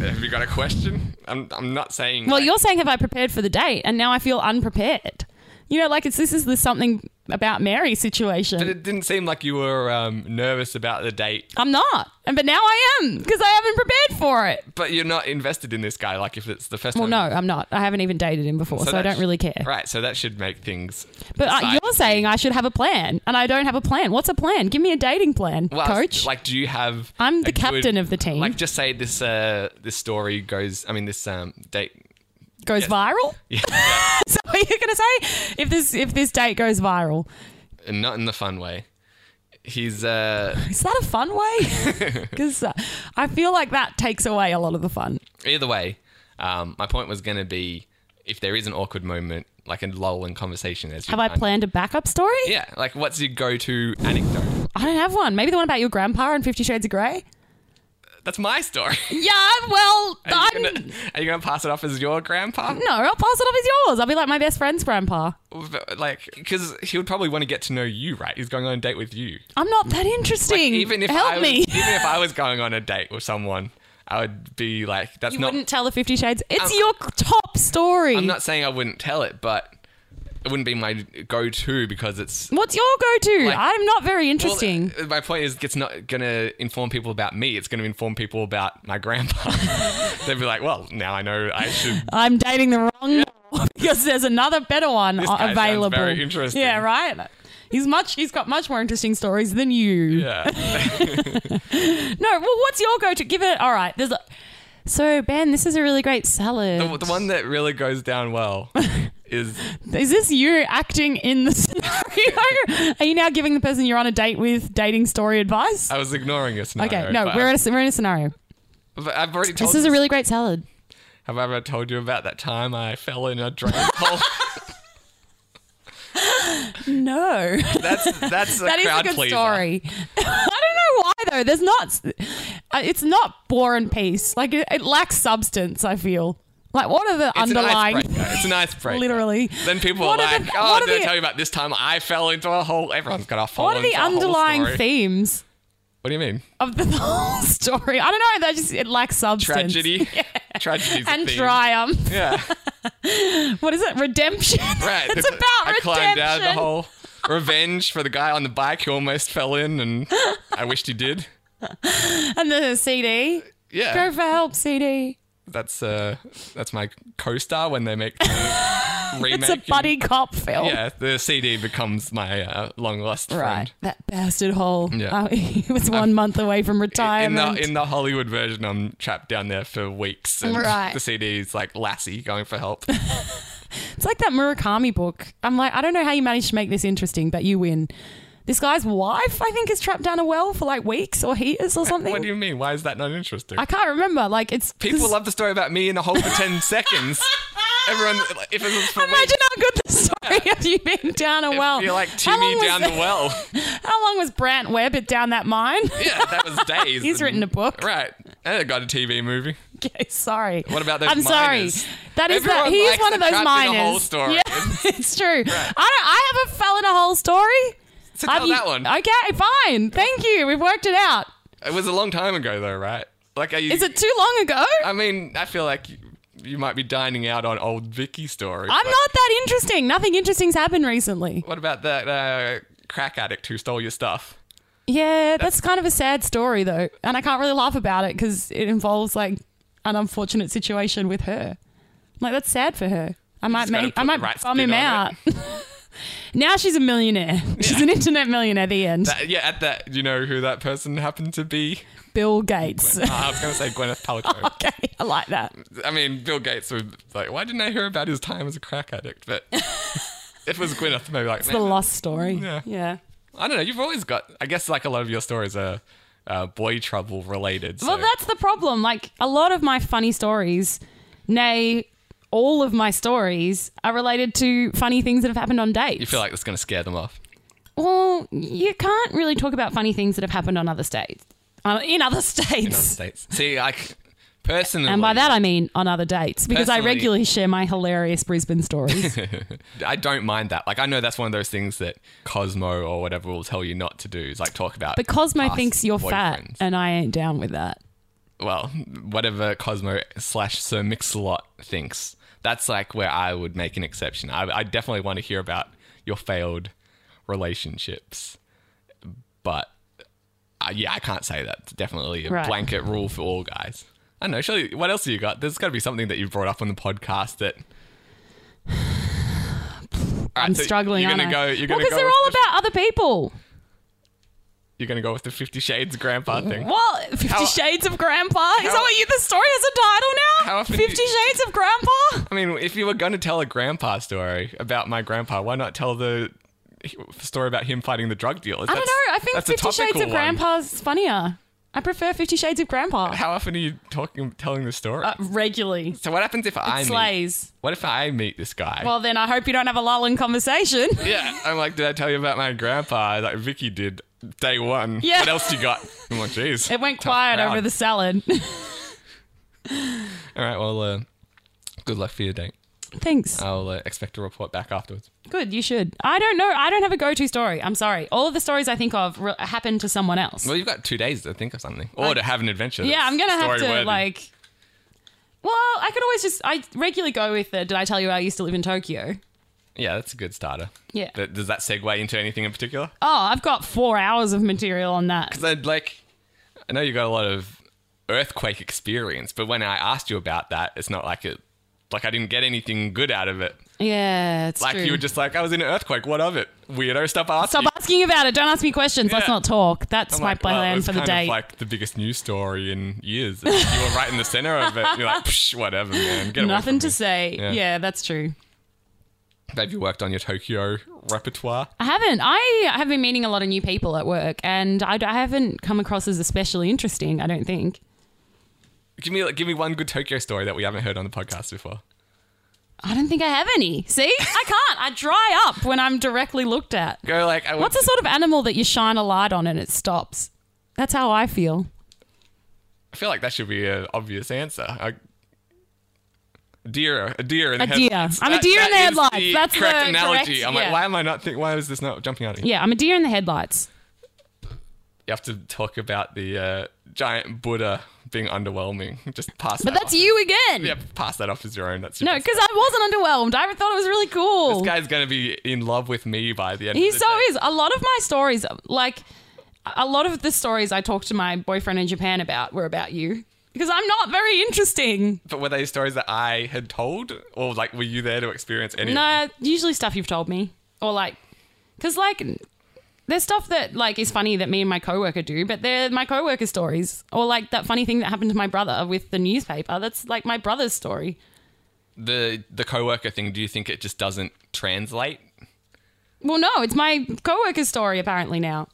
Have you got a question? I'm I'm not saying. Well, like- you're saying have I prepared for the date, and now I feel unprepared. You know, like it's this is the something about Mary But situation. it didn't seem like you were um, nervous about the date I'm not, and but now I am because I haven't prepared for it. But you're not invested in this guy, like if it's the first Well, time. no, I'm not. I haven't even dated him before, so, I that don't sh- really care. Right, so that should make things. But uh, decide. you're saying I should have a plan, and I don't have a plan. What's a plan? Give me a dating plan, Well, coach. Like, do you have? I'm the a good- captain of the team. Like, just say this. Uh, this story goes. I mean, this um date. goes yes. viral. Yeah, So are you gonna say if this if this date goes viral? and not in the fun way. He's uh, Is that a fun way? Because I feel like that takes away a lot of the fun. either way. Um, my point was going to be if there is an awkward moment, like a lull in conversation, as you Have I kind- planned a backup story? Yeah, like what's your go-to anecdote? I don't have one. Maybe the one about your grandpa and Fifty Shades of Grey. That's my story. Yeah, well, Are I'm, you, gonna, are you gonna pass it off as your grandpa? no, I'll pass it off as yours. I'll be like my best friend's grandpa. But, Like, because he would probably want to get to know you, right? He's going on a date with you. I'm not that interesting. Even if help I was, me, even if I was going on a date with someone, I would be like, that's you not. wouldn't tell the Fifty Shades. It's I'm- your top story. I'm not saying I wouldn't tell it, but it wouldn't be my go-to because it's. What's your go-to? Like- I'm not very well, uh, interesting. my point is, it's not gonna inform people about me. It's gonna inform people about my grandpa. They'd be like, well, now I know I should I'm dating the wrong one because there's another better one guy sounds available. very interesting. Yeah, right. He's much. He's got much more interesting stories than you. Yeah. No. Well, what's your go-to? Give it. All right. There's. A, so Ben, this is a really great salad. the, the one that really goes down well is Is this you acting in the scenario? Are you now giving the person you're on a date with dating story advice? I was ignoring a scenario. okay. No, but we're in I've, a, we're in a scenario. but I've already told. This is a really great salad. Have I ever told you about that time I fell in a drain hole? No. that's that's a that is a crowd good pleaser. story. I don't know why though. There's not. uh, It's not War and Peace. Like it, it lacks substance. I feel like what are the It's An underlying? icebreaker. It's an icebreaker. Literally. Then people What are are like, the- "Oh, what are did the- I tell you about this time I fell into a hole?" Everyone's got a fall. what are the into a hole underlying story. themes What do you mean? of the whole story? I don't know. That just it lacks substance. Tragedy. Tragedy's a and theme. triumph. Yeah. What is it? Redemption. Right. it's There's- about I redemption. climbed out of the hole. Revenge for the guy on the bike who almost fell in, and I wished he did. And the CD. Yeah. Go for help, CD. that's uh that's my co-star when they make the remake. It's a buddy cop film. Yeah, the CD becomes my uh, long lost Right. friend. That bastard hole. Yeah. Uh, he was one month away from In retirement. the in the Hollywood version, I'm trapped down there for weeks, and Right. the CD is like Lassie going for help. It's like that Murakami book. I'm like, I don't know how you managed to make this interesting, but you win. This guy's wife, I think, is trapped down a well for like weeks or heaters or something. what do you mean? Why is that not interesting? I can't remember. Like, it's People this- love the story about me in a hole for ten seconds. Everyone, like, if it was for Imagine how good the story of you being down a well. you're like How long Timmy was down that- the well. How long was Brant Webb at down that mine? Yeah, that was days. and- He's written a book. right? And it got a TV movie. okay, sorry. What about those I'm miners? sorry. That is Everyone that. He is likes one the of those trapped miners. in a hole story. Yeah, it's true. I don't, I haven't fell in a hole story. So Have tell you- that one. Okay, fine. Thank you. We've worked it out. It was a long time ago, though, right? Like, are you? Is it too long ago? I mean, I feel like you, you might be dining out on old Vicky story. I'm but not that interesting. Nothing interesting's happened recently. What about that uh, crack addict who stole your stuff? Yeah, that's kind of a sad story though, and I can't really laugh about it because it involves like an unfortunate situation with her. Like that's sad for her. I might just gotta make, I put might the right bum him spin out. on now she's a millionaire. She's an internet millionaire. The end. That, yeah, at that, you know who that person happened to be? Bill Gates. Uh, I was going to say Gwyneth Paltrow. okay, I like that. I mean, Bill Gates was like, why didn't I hear about his time as a crack addict? But if it was Gwyneth, maybe like, The "Man, lost story. Yeah. Yeah. I don't know. You've always got, I guess, like a lot of your stories are uh, boy trouble related. So. Well, that's the problem. Like a lot of my funny stories, nay, all of my stories are related to funny things that have happened on dates. you feel like that's going to scare them off. well, you can't really talk about funny things that have happened on other states, uh, in other states. in other states. See, like personally, and by that I mean on other dates, because I Personally- regularly share my hilarious Brisbane stories. I don't mind that. Like, I know that's one of those things that Cosmo or whatever will tell you not to do is like talk about. but Cosmo past thinks you're fat, boyfriends. and I ain't down with that. well, whatever Cosmo slash Sir Mix-a-Lot thinks, that's like where I would make an exception. I, I definitely want to hear about your failed relationships, but uh, yeah, I can't say that. It's definitely a Right. blanket rule for all guys. I don't know. Surely, what else have you got? There's got to be something that you brought up on the podcast that. I'm struggling. You're aren't gonna I? go. You're gonna well, because go. they're with all the- about other people. you're gonna go with the Fifty Shades Grandpa thing. Well, Fifty How- Shades of Grandpa. Is that what you? The story has a How title now. often Fifty do you- Shades of Grandpa. I mean, if you were going to tell a grandpa story about my grandpa, why not tell the h- story about him fighting the drug dealers. I don't know. I think that's a Fifty Shades topical of one. Grandpa's funnier. I prefer Fifty Shades of Grandpa. How often are you talking, telling the story? Uh, regularly. so what happens if I meet, Slays. what if I meet this guy? Well, then I hope you don't have a lulling conversation. yeah, I'm like, did I tell you about my grandpa? Like Vicky did day one. Yeah. What else you got? I'm like, jeez. It went Tough quiet crowd. over the salad. All right. Well, uh, good luck for your date. Thanks. I'll uh, expect a report back afterwards. Good, you should. I don't know. I don't have a go-to story. I'm sorry. All of the stories I think of re- happen to someone else. Well, you've got two days to think of something, or to have an adventure. yeah, that's I'm gonna have to story-worthy. like. Well, I could always just. I regularly go with the. Did I tell you I used to live in Tokyo? Yeah, that's a good starter. Yeah. But does that segue into anything in particular? Oh, I've got four hours of material on that. Because I'd like, I know you got a lot of earthquake experience, but when I asked you about that, it's not like it, like I didn't get anything good out of it. Yeah, it's Like true. you were just like, I was in an earthquake. What of it? Weirdo stuff. Stop asking about it. Don't ask me questions. Let's Yeah. not talk. That's I'm my like, well, plan it was for the kind of day. like the biggest news story in years. you were right in the center of it. You're like, Psh, whatever, man. Get away Nothing from to me." say. Yeah. Yeah. that's true. Have you worked on your Tokyo repertoire? I haven't. I have been meeting a lot of new people at work, and I, d- I haven't come across as especially interesting. I don't think. Give me, give me one good Tokyo story that we haven't heard on the podcast before. I don't think I have any. See, I can't. I dry up when I'm directly looked at. Go like, I went What's the sort of animal that you shine a light on and it stops? That's how I feel. I feel like that should be an obvious answer. A deer, a deer in the A deer. headlights. I'm a deer in the is headlights. the That's the correct correct- analogy. I'm like, yeah. why am I not? Think, why is this not jumping out? At you? Yeah, I'm a deer in the headlights. You have to talk about the uh, giant Buddha being underwhelming. Just pass. But that that's off. you again. Yeah, pass that off as your own. That's your No, best. because I wasn't underwhelmed. I thought it was really cool. This guy's gonna be in love with me by the end. He of the so day. is. A lot of my stories, like a lot of the stories I talked to my boyfriend in Japan about, were about you because I'm not very interesting. But were they stories that I had told, or like were you there to experience any? of them? No, usually stuff you've told me or like, because like there's stuff that like is funny that me and my coworker do, but they're my coworker stories or like that funny thing that happened to my brother with the newspaper. That's like my brother's story. The the coworker thing. Do you think it just doesn't translate? Well, no, it's my coworker's story apparently now.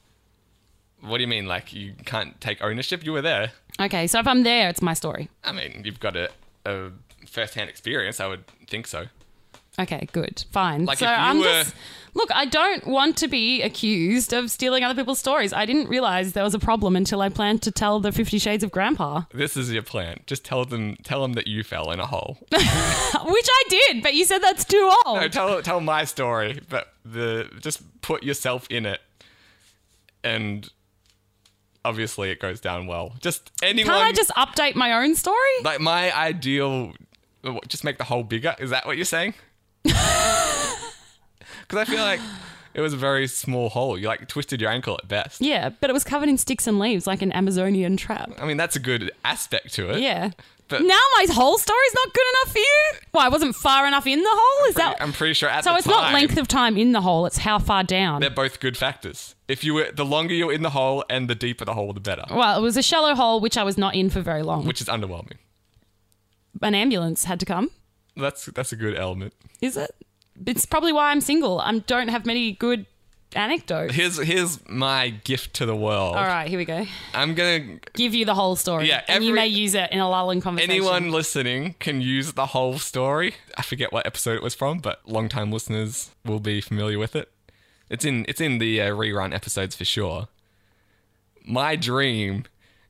What do you mean? Like you can't take ownership? You were there. Okay, so if I'm there, it's my story. I mean, you've got a, a first-hand experience. I would think so. Okay, good, fine. Like, so if you I'm were- just look. I don't want to be accused of stealing other people's stories. I didn't realize there was a problem until I planned to tell the Fifty Shades of Grandpa, This is your plan. Just tell them, tell them that you fell in a hole. which I did. But you said that's too old. no, tell tell my story, but the just put yourself in it, and obviously it goes down well. Just anyone. Can't I just update my own story? like my ideal? what, Just make the hole bigger. Is that what you're saying? Because I feel like it was a very small hole. You like twisted your ankle at best. yeah, but it was covered in sticks and leaves, like an Amazonian trap. I mean, that's a good aspect to it. Yeah. But- now my whole story's not good enough for you. Why? I wasn't far enough in the hole. Is that? I'm pretty sure at so the it's time, not length of time in the hole. It's how far down. They're both good factors. If you were the longer you're in the hole and the deeper the hole, the better, Well, it was a shallow hole which I was not in for very long. which is underwhelming. An ambulance had to come. That's that's a good element. Is it? It's probably why I'm single. I don't have many good anecdotes. Here's here's my gift to the world. All right, here we go. I'm gonna Give you the whole story. Yeah, and you every- may use it in a lulling conversation. anyone listening can use the whole story. I forget what episode it was from, but long-time listeners will be familiar with it. It's in it's in the uh, rerun episodes for sure. My dream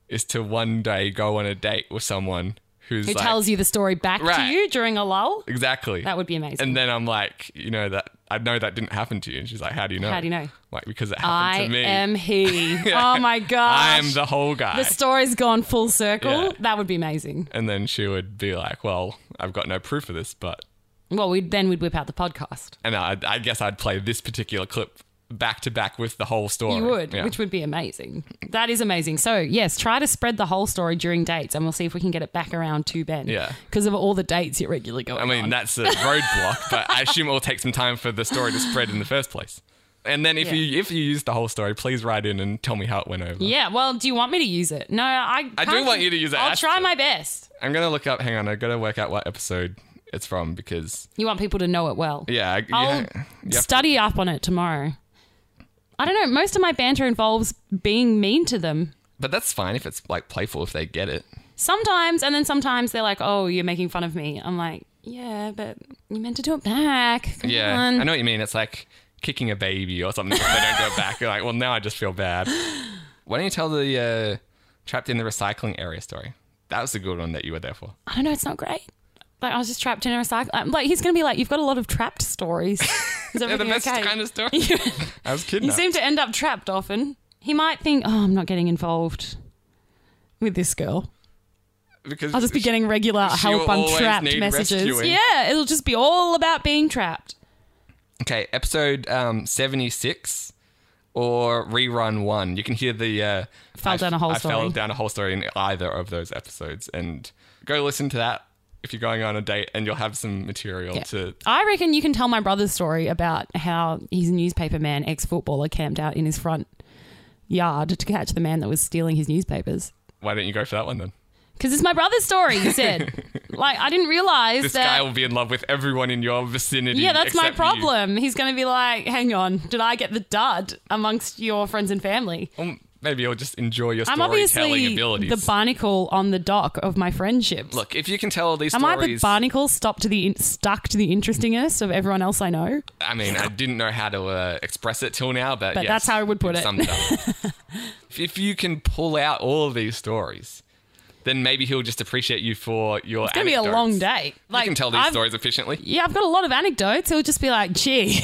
is to one day go on a date with someone who's who like, tells you the story back Right. to you during a lull? Exactly. That would be amazing. And then I'm like, you know that I know that didn't happen to you. And she's like, how do you know? How do you know? I'm Like because it happened I to me. am he. Oh my gosh. I'm the whole guy. The story's gone full circle. Yeah. That would be amazing. and then she would be like, well, I've got no proof of this, but Well, we'd, then we'd whip out the podcast. and I, I guess I'd play this particular clip back to back with the whole story. You would, Yeah. which would be amazing. That is amazing. So, yes, try to spread the whole story during dates and we'll see if we can get it back around to Ben. Yeah. Because of all the dates you're regularly going I mean, on. that's a roadblock, but I assume it will take some time for the story to spread in the first place. And then if Yeah. you if you use the whole story, please write in and tell me how it went over. Yeah, well, do you want me to use it? No, I I do can't- want you to use it. I'll That's- try my best. I'm gonna look up. Hang on, I gotta work out what episode it's from because You want people to know it well. yeah, I- I'll yeah, you have to- study up on it tomorrow. I don't know. Most of my banter involves being mean to them But that's fine if it's like playful if they get it. sometimes, and then sometimes they're like, "Oh, you're making fun of me." I'm like, "Yeah, but you meant to do it back." Come Yeah, on." I know what you mean. It's like kicking a baby or something. If they don't go back, you're like, well, now I just feel bad. Why don't you tell the uh, trapped in the recycling area story? That was a good one that you were there for. I don't know. It's not great. Like I was just trapped in a recycle. I'm like he's gonna be like, "You've got a lot of trapped stories." Is Yeah, the everything best okay? kind of story. I was You kidnapped. seem to end up trapped often. He might think, "Oh, I'm not getting involved with this girl. because I'll just be getting regular She help. will I'm always trapped need messages. rescuing. Yeah, it'll just be all about being trapped." Okay, episode um, 76 or rerun one. You can hear the. Uh, Fell I- down a hole I fell story. down a whole story in either of those episodes. And go listen to that if you're going on a date and you'll have some material Yeah. to. I reckon you can tell my brother's story about how his newspaper man, ex footballer, camped out in his front yard to catch the man that was stealing his newspapers. Why don't you go for that one then? Because it's my brother's story, he said. like, I didn't realize This that. guy will be in love with everyone in your vicinity. yeah, that's my except you. problem. He's going to be like, hang on, did I get the dud amongst your friends and family? Um, maybe you'll just enjoy your I'm storytelling obviously abilities. the barnacle on the dock of my friendships. Look, if you can tell all these Am I the stories. barnacle stopped to the in- stuck to the interestingest of everyone else I know? I mean, I didn't know how to uh, express it till now, but, But yes, that's how I would put it. summed up. if, if you can pull out all of these stories, then maybe he'll just appreciate you for your. It's going to be a long day. Like, you can tell these I've- stories efficiently. Yeah, I've got a lot of anecdotes. It'll just be like, gee,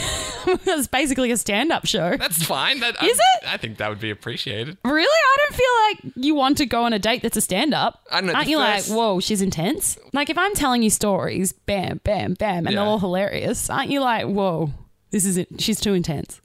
that's basically a stand up show. That's fine. That, Is I, it? I think that would be appreciated. Really? I don't feel like you want to go on a date that's a stand up. I don't know, Aren't the you first- like, whoa, she's intense? Like, if I'm telling you stories, bam, bam, bam, and Yeah. they're all hilarious, aren't you like, whoa, this is it. She's too intense?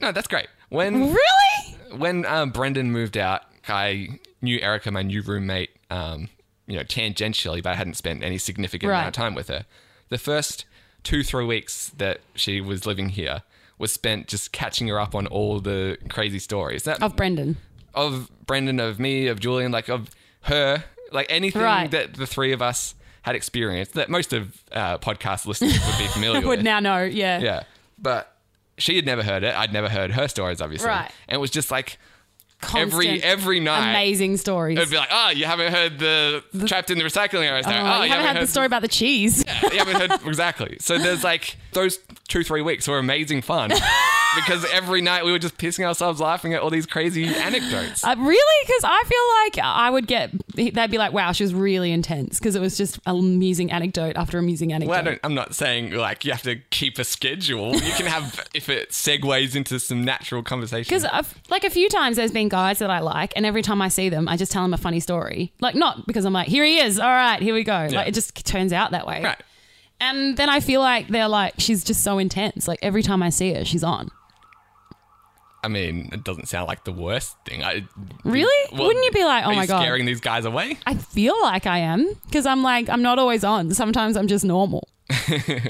No, that's great. When Really? when um, Brendan moved out, I knew Erica, my new roommate, um, you know, tangentially, but I hadn't spent any significant amount of Right. time with her. The first two, three weeks that she was living here was spent just catching her up on all the crazy stories that Of Brendan. of Brendan, of me, of Julian, like of her, like anything Right. that the three of us had experienced that most of uh, podcast listeners would be familiar with. Would now know, yeah. Yeah. But she had never heard it. I'd never heard her stories, obviously. Right. And it was just like Constant, every every night. Amazing stories. It'd be like, oh, you haven't heard the, trapped in the recycling area story. Oh, oh, you haven't had the story about the cheese. you haven't heard exactly. So there's like those two three weeks were amazing fun because every night we were just pissing ourselves laughing at all these crazy anecdotes. Uh, really? Because I feel like I would get. They'd be like, "Wow, she was really intense," because it was just amusing anecdote after amusing anecdote. Well, I don't, I'm not saying like you have to keep a schedule. You can have if it segues into some natural conversation. Because I've, like a few times, there's been guys that I like, and every time I see them, I just tell them a funny story. Like not because I'm like, here he is, all right, here we go. Yeah. Like it just turns out that way. Right. And then I feel like they're like, she's just so intense. Like every time I see her, she's on. I mean, it doesn't sound like the worst thing. I Really? Well, Wouldn't you be like, oh are you my god? scaring these guys away? I feel like I am because I'm like, I'm not always on. Sometimes I'm just normal.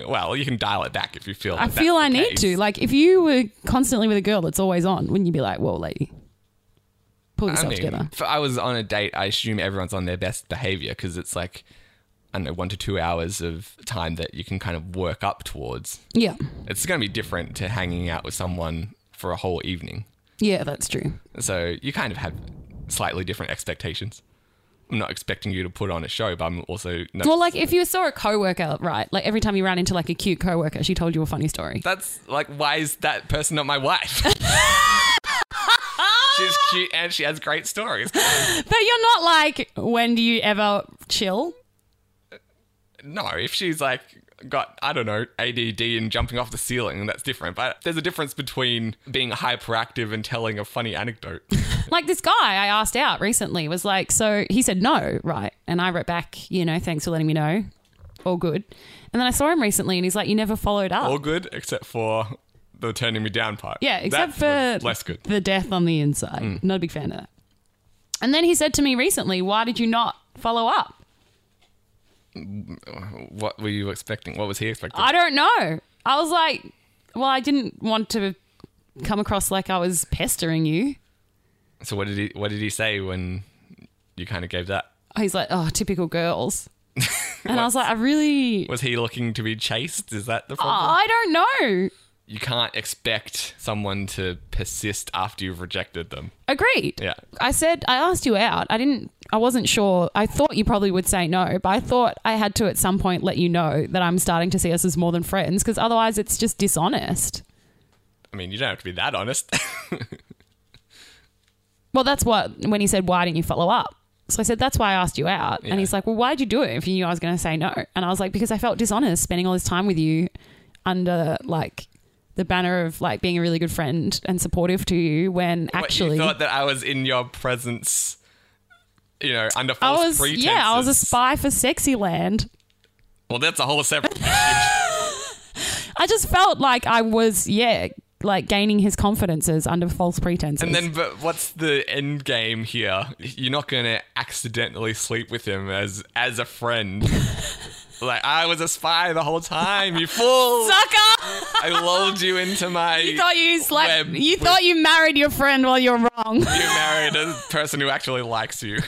well, you can dial it back if you feel. I Like feel I that's the need case. to. Like, if you were constantly with a girl that's always on, wouldn't you be like, whoa, lady, pull I yourself mean, together? if I was on a date, I assume everyone's on their best behavior because it's like I don't know one to two hours of time that you can kind of work up towards. Yeah. It's going to be different to hanging out with someone for a whole evening. Yeah, that's true. So you kind of have slightly different expectations. I'm not expecting you to put on a show, but I'm also no, Well, like, if you saw a coworker, right? Like, every time you ran into like a cute coworker, she told you a funny story. that's like why is that person not my wife? She's cute and she has great stories. But you're not like, when do you ever chill? No, if she's like got I don't know ADD and jumping off the ceiling, that's different. But there's a difference between being hyperactive and telling a funny anecdote. Like this guy I asked out recently was like, so he said no, right? And I wrote back, you know, thanks for letting me know. All good. And then I saw him recently and he's like, you never followed up. All good except for the turning me down part. Yeah, except That was for less good. the death on the inside. Not a big fan of that. And then he said to me recently, why did you not follow up? What were you expecting? What was he expecting? I don't know. I was like, well, I didn't want to come across like I was pestering you. so what did he what did he say when you kind of gave that? He's like, oh, typical girls. And I was like, I really, Was he looking to be chased? Is that the problem? I don't know. you can't expect someone to persist after you've rejected them. Agreed. Yeah. I said I asked you out. I didn't. I wasn't sure. I thought you probably would say no, but I thought I had to at some point let you know that I'm starting to see us as more than friends because otherwise it's just dishonest. I mean, you don't have to be that honest. Well, that's what when he said, "Why didn't you follow up?" So I said, "That's why I asked you out." Yeah. And he's like, "Well, why'd you do it if you knew I was going to say no?" And I was like, "Because I felt dishonest spending all this time with you under like the banner of like being a really good friend and supportive to you when What, you actually thought that I was in your presence, you know, under I false was pretenses. yeah, I was a spy for sexy land. Well, that's a whole separate. I just felt like I was yeah, like gaining his confidences under false pretenses. and then, but what's the end game here? You're not going to accidentally sleep with him as as a friend. like I was a spy the whole time. You fool! sucker, I lulled you into my. you thought you slept. Web- you thought you married your friend while you're wrong. you married a person who actually likes you.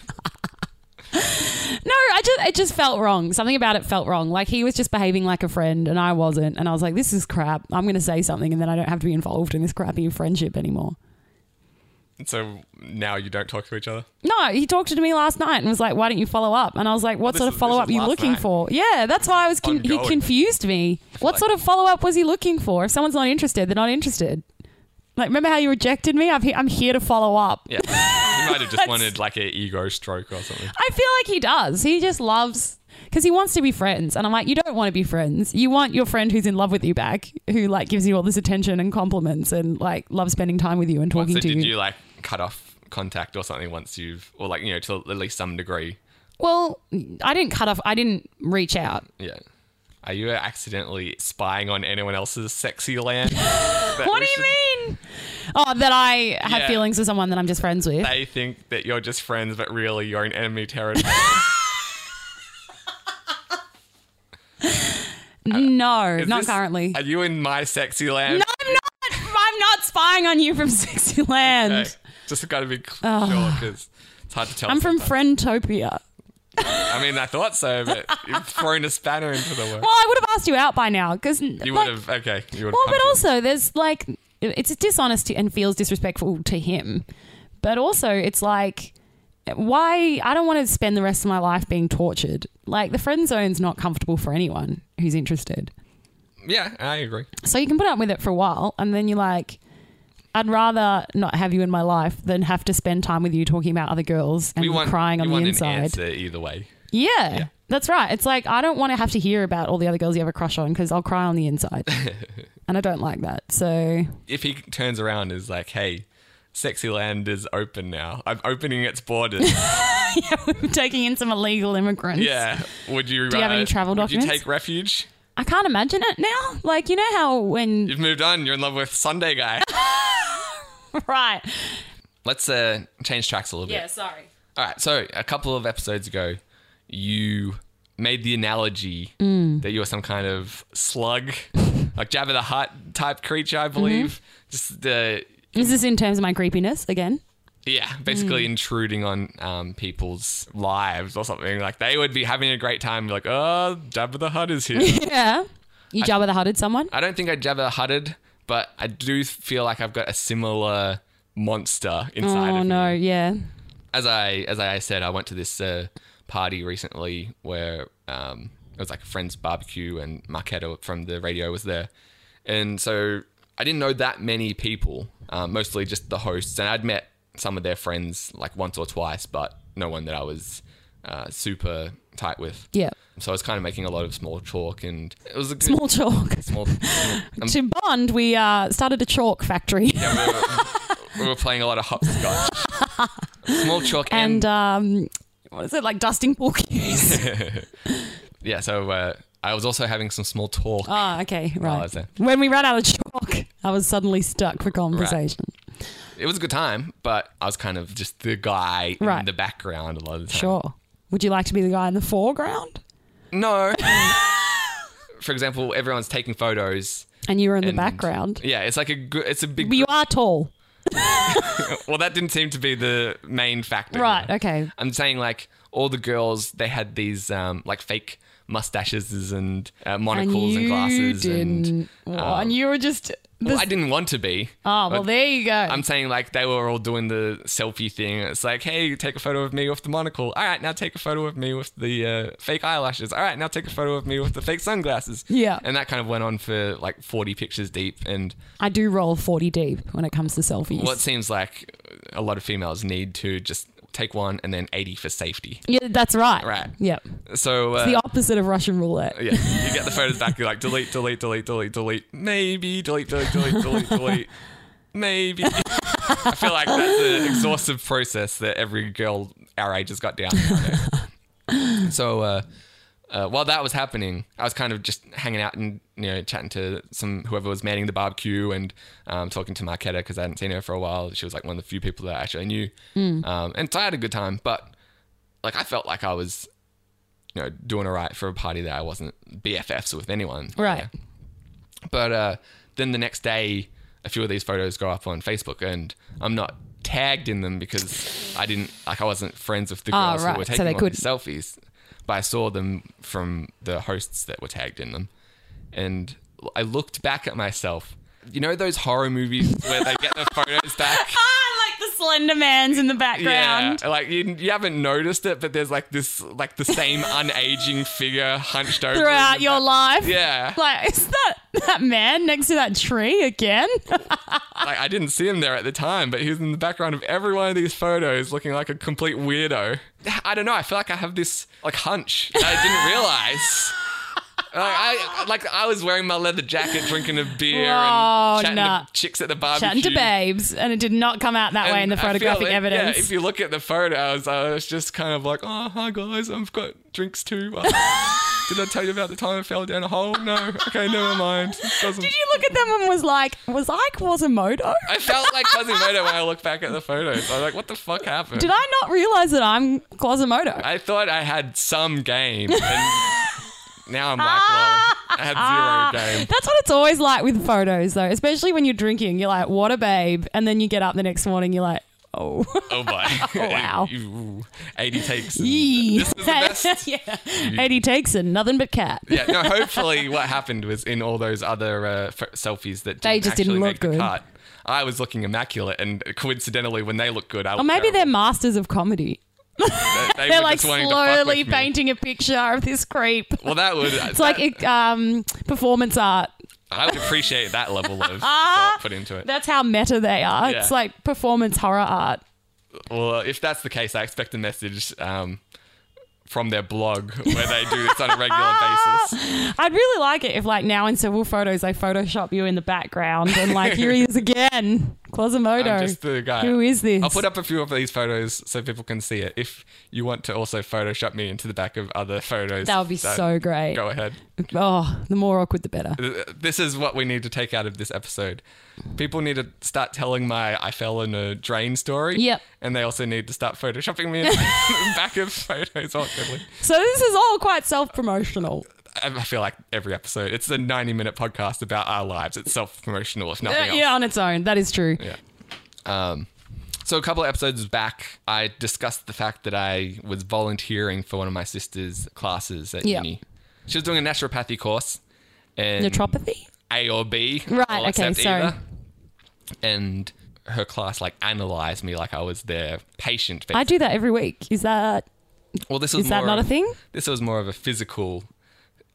No, I just it just felt wrong. Something about it felt wrong. Like he was just behaving like a friend and I wasn't. And I was like, this is crap. I'm going to say something and then I don't have to be involved in this crappy friendship anymore. So now you don't talk to each other. No, he talked to me last night and was like, why don't you follow up? And I was like, what This sort of is- follow up this are is you last looking night. for? Yeah, that's why I was con- he Ongoing. confused me. What like- sort of follow up was he looking for? If someone's not interested, they're not interested. Like, remember how you rejected me? I'm, he- I'm here to follow up. Yeah, you might have just That's- wanted like an ego stroke or something. I feel like he does. He just loves because he wants to be friends, and I'm like, you don't want to be friends. You want your friend who's in love with you back, who like gives you all this attention and compliments, and like loves spending time with you and talking so to did you. you like cut off contact or something once you've or like you know to at least some degree Well, I didn't cut off. I didn't reach out. yeah are you accidentally spying on anyone else's sexy land That What we do you should- mean? Oh, that I have Yeah. feelings for someone that I'm just friends with. they think that you're just friends but really you're in enemy territory no, uh, Is not this- currently. are you in my sexy land no, I'm not. I'm not spying on you from sexy land. Okay. just gotta be cl- sure 'cause because it's hard to tell I'm from sometimes. Friendtopia. i mean i thought so but you've thrown a spanner into the work Well, I would have asked you out by now because you would have okay you would Well, have but also there's like it's dishonest and feels disrespectful to him, but also it's like why I don't want to spend the rest of my life being tortured. Like the friend zone's not comfortable for anyone who's interested. yeah i agree So you can put up with it for a while, and then you're like, I'd rather not have you in my life than have to spend time with you talking about other girls and we want crying we on want the an inside. answer either way Yeah, that's right. It's like I don't want to have to hear about all the other girls you have a crush on because I'll cry on the inside, and I don't like that. So if he turns around and is like, hey, Sexy Land is open now. I'm opening its borders. taking in some illegal immigrants. yeah. Would you Do you have uh, any travel would documents? you take refuge? I can't imagine it now. Like, you know how when. You've moved on. You're in love with Sunday Guy. Right. Let's uh, change tracks a little bit. sorry. All right. So, a couple of episodes ago, you made the analogy Mm. that you were some kind of slug, like Jabba the Hutt type creature, I believe. Mm-hmm. Just uh, the. Is this in terms of my creepiness again? Yeah, basically Mm. intruding on um, people's lives or something. Like they would be having a great time, like, oh, Jabba the Hutt is here. Yeah. You Jabba the Hutted someone? I don't think I Jabba the Hutted, but I do feel like I've got a similar monster inside Oh, of no. me. Yeah. As I as I said, I went to this uh, party recently where um, it was like a friend's barbecue and Marquetta from the radio was there, and so I didn't know that many people, um, mostly just the hosts, and I'd met some of their friends like once or twice, but no one that I was uh, super tight with. Yeah. So I was kind of making a lot of small talk, and it was a good, Small chalk. small, small to Bond, we uh, started a chalk factory. we were, we were playing a lot of hopscotch. Small chalk and, and um, what is it? Like dusting pool cues. yeah, so uh, I was also having some small talk. Ah, okay. Oh, I Right. was there. when we ran out of chalk, I was suddenly stuck for conversation. It was a good time, but I was kind of just the guy in Right. the background a lot of the time. Sure. Would you like to be the guy in the foreground? No. For example, everyone's taking photos. And you were in and- the background. Yeah, it's like a good, it's a big. But you are tall. well, that didn't seem to be the main factor. Right. here. Okay. I'm saying like all the girls, they had these um, like fake mustaches and uh, And monocles and, you glasses. didn't And um, want- you were just. This, well, I didn't want to be. oh well, but there you go. I'm saying like they were all doing the selfie thing. It's like, hey, take a photo of me with the monocle. All right, now take a photo of me with the uh, fake eyelashes. All right, now take a photo of me with the fake sunglasses. Yeah. and that kind of went on for like 40 pictures deep. And I do roll forty deep when it comes to selfies. what seems like a lot of females need to just take one and then 80 for safety. yeah, that's right. Right. Yep. So uh, The opposite of Russian roulette. yeah, you get the photos back. You're like, delete, delete, delete, delete, delete. Maybe delete, delete, delete, delete, delete. Maybe. I feel like that's an exhaustive process that every girl our age has got down. nowadays. so uh, uh, while that was happening, I was kind of just hanging out and you know chatting to some whoever was manning the barbecue and um, talking to Marquetta because I hadn't seen her for a while. She was like one of the few people that I actually knew, Hmm. um, and so I had a good time. But like I felt like I was you know, doing all right for a party that I wasn't BFFs with anyone. Right. Yeah. But uh, then the next day, a few of these photos go up on Facebook, and I'm not tagged in them because I didn't like I wasn't friends with the Ah, girls right, who were so taking they all these selfies. But I saw them from the hosts that were tagged in them, and I looked back at myself. You know those horror movies where they get the photos back. I like the Slender Man's in the background. Yeah, like you, you haven't noticed it, but there's like this, like the same unaging figure hunched over in the Throughout your back. life. Yeah, Like is that that man next to that tree again? like I didn't see him there at the time, but he was in the background of every one of these photos, looking like a complete weirdo. I don't know. I feel like I have this like hunch that I didn't realize. Like I like I was wearing my leather jacket, drinking a beer, Whoa, and chatting Oh, nah. to chicks at the barbecue. Chatting to babes, and it did not come out that way in the And I feel photographic it- evidence. Yeah, if you look at the photos, I was just kind of like, oh, hi guys, I've got drinks too. Uh, did I tell you about the time I fell down a hole? No. Okay, never mind. It doesn't- Did you look at them and was like, was I Quasimodo? I felt like Quasimodo when I looked back at the photos. I was like, what the fuck happened? Did I not realize that I'm Quasimodo? I thought I had some game, and now I'm like, well, I Ah. had zero game. That's what it's always like with photos, though, especially when you're drinking. You're like, what a babe. And then you get up the next morning, you're like, oh. Oh my! wow. Ooh, Eighty takes. and- Yee. This is the best. yeah. 80 takes and nothing but cat. yeah, no. Hopefully, what happened was in all those other uh, f- selfies that didn't They just didn't actually look make the good. cut, I was looking immaculate, and coincidentally, when they look good, I Or maybe they're masters of comedy. they, They're were like just wanting to fuck slowly with me. painting a picture of this creep. Well, that would. It's It's like it, um, performance art. I would appreciate that level of Ah. thought put into it. That's how meta they are. Yeah. It's like performance horror art. Well, if that's the case, I expect a message um, from their blog where they do this on a regular basis. I'd really like it if, like, now in several photos, they Photoshop you in the background and, like, here he is again, Quasimodo. I'm just the guy. Who is this? I'll put up a few of these photos so people can see it. If you want to also Photoshop me into the back of other photos, That would be so great. Go ahead. Oh, the more awkward, the better. This is what we need to take out of this episode. People need to start telling my I fell in a drain story. Yep. And they also need to start photoshopping me in the back of photos awkwardly. So this is all quite self-promotional. I I feel like every episode, it's a 90 minute podcast about our lives. It's self promotional, if nothing Uh, else. yeah, on its own. That is true. Yeah. Um, so a couple of episodes back, I discussed the fact that I was volunteering for one of my sister's classes at Yeah. uni. She was doing a naturopathy course. And Naturopathy? A or B. Right, I'll okay, accept sorry. either. And her class like analyzed me like I was their patient. I do that every week. Is that well, this was is that more not a of- thing? This was more of a physical.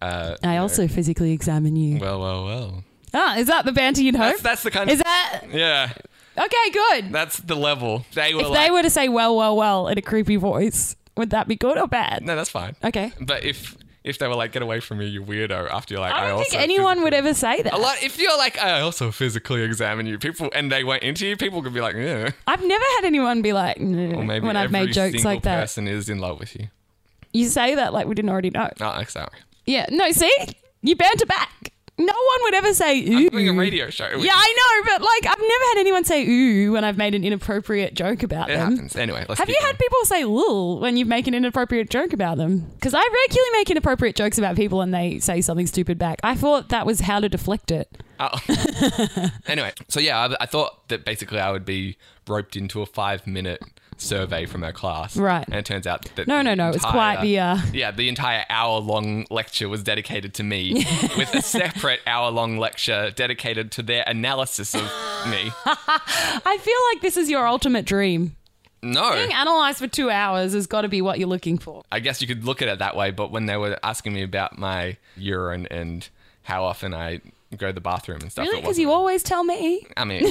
I also physically examine you. Well, well, well. ah, is that the banter you'd hope? Mm. That's, that's the kind is of. that yeah, okay? Good. that's the level. They were if like, they were to say well, well, well in a creepy voice, would that be good or bad? no, that's fine. Okay. But if if they were like, get away from me, you weirdo, after you're like, I don't also think anyone would physically-" ever say that. A lot. If you're like, I also physically examine you, people, and they went into you, people could be like, yeah. I've never had anyone be like, "Nah," Or maybe when I've every made jokes single like that. person is in love with you. You say that like we didn't already know. Oh, exactly. Yeah. No. See, you banter back. No one would ever say. I'm doing a "Ooh." radio show. which- Yeah, I know, but like I've never had anyone say ooh when I've made an inappropriate joke about It them. happens. Anyway, let's Have keep you had going. people say lul when you make an inappropriate joke about them? Because I regularly make inappropriate jokes about people and they say something stupid back. I thought that was how to deflect it. anyway, so yeah, I, I thought that basically I would be roped into a five minute survey from her class. Right. And it turns out that No, no, no, it's quite the, uh, yeah the entire hour long lecture was dedicated to me, with a separate hour long lecture dedicated to their analysis of me. I feel like this is your ultimate dream. No, Being analyzed for two hours has got to be what you're looking for. I guess you could look at it that way. But when they were asking me about my urine and how often I go to the bathroom and stuff, Really? it Because you wasn't- always tell me. I mean,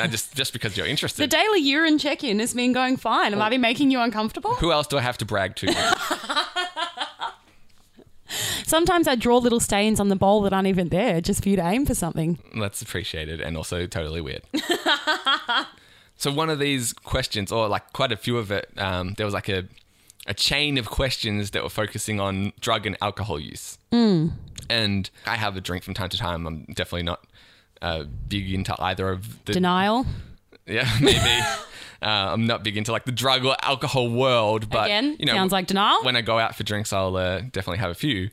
I just just because you're interested. The daily urine check in has been going fine. Am I be making you uncomfortable? Who else do I have to brag to? Sometimes I draw little stains on the bowl that aren't even there just for you to aim for something. That's appreciated and also totally weird. so one of these questions, or like quite a few of it, um, there was like a a chain of questions that were focusing on drug and alcohol use. Hmm. And I have a drink from time to time. I'm definitely not uh, big into either of the Denial. Yeah, maybe. Uh, I'm not big into like the drug or alcohol world, but Again, you know, sounds like denial. When I go out for drinks, I'll uh, definitely have a few.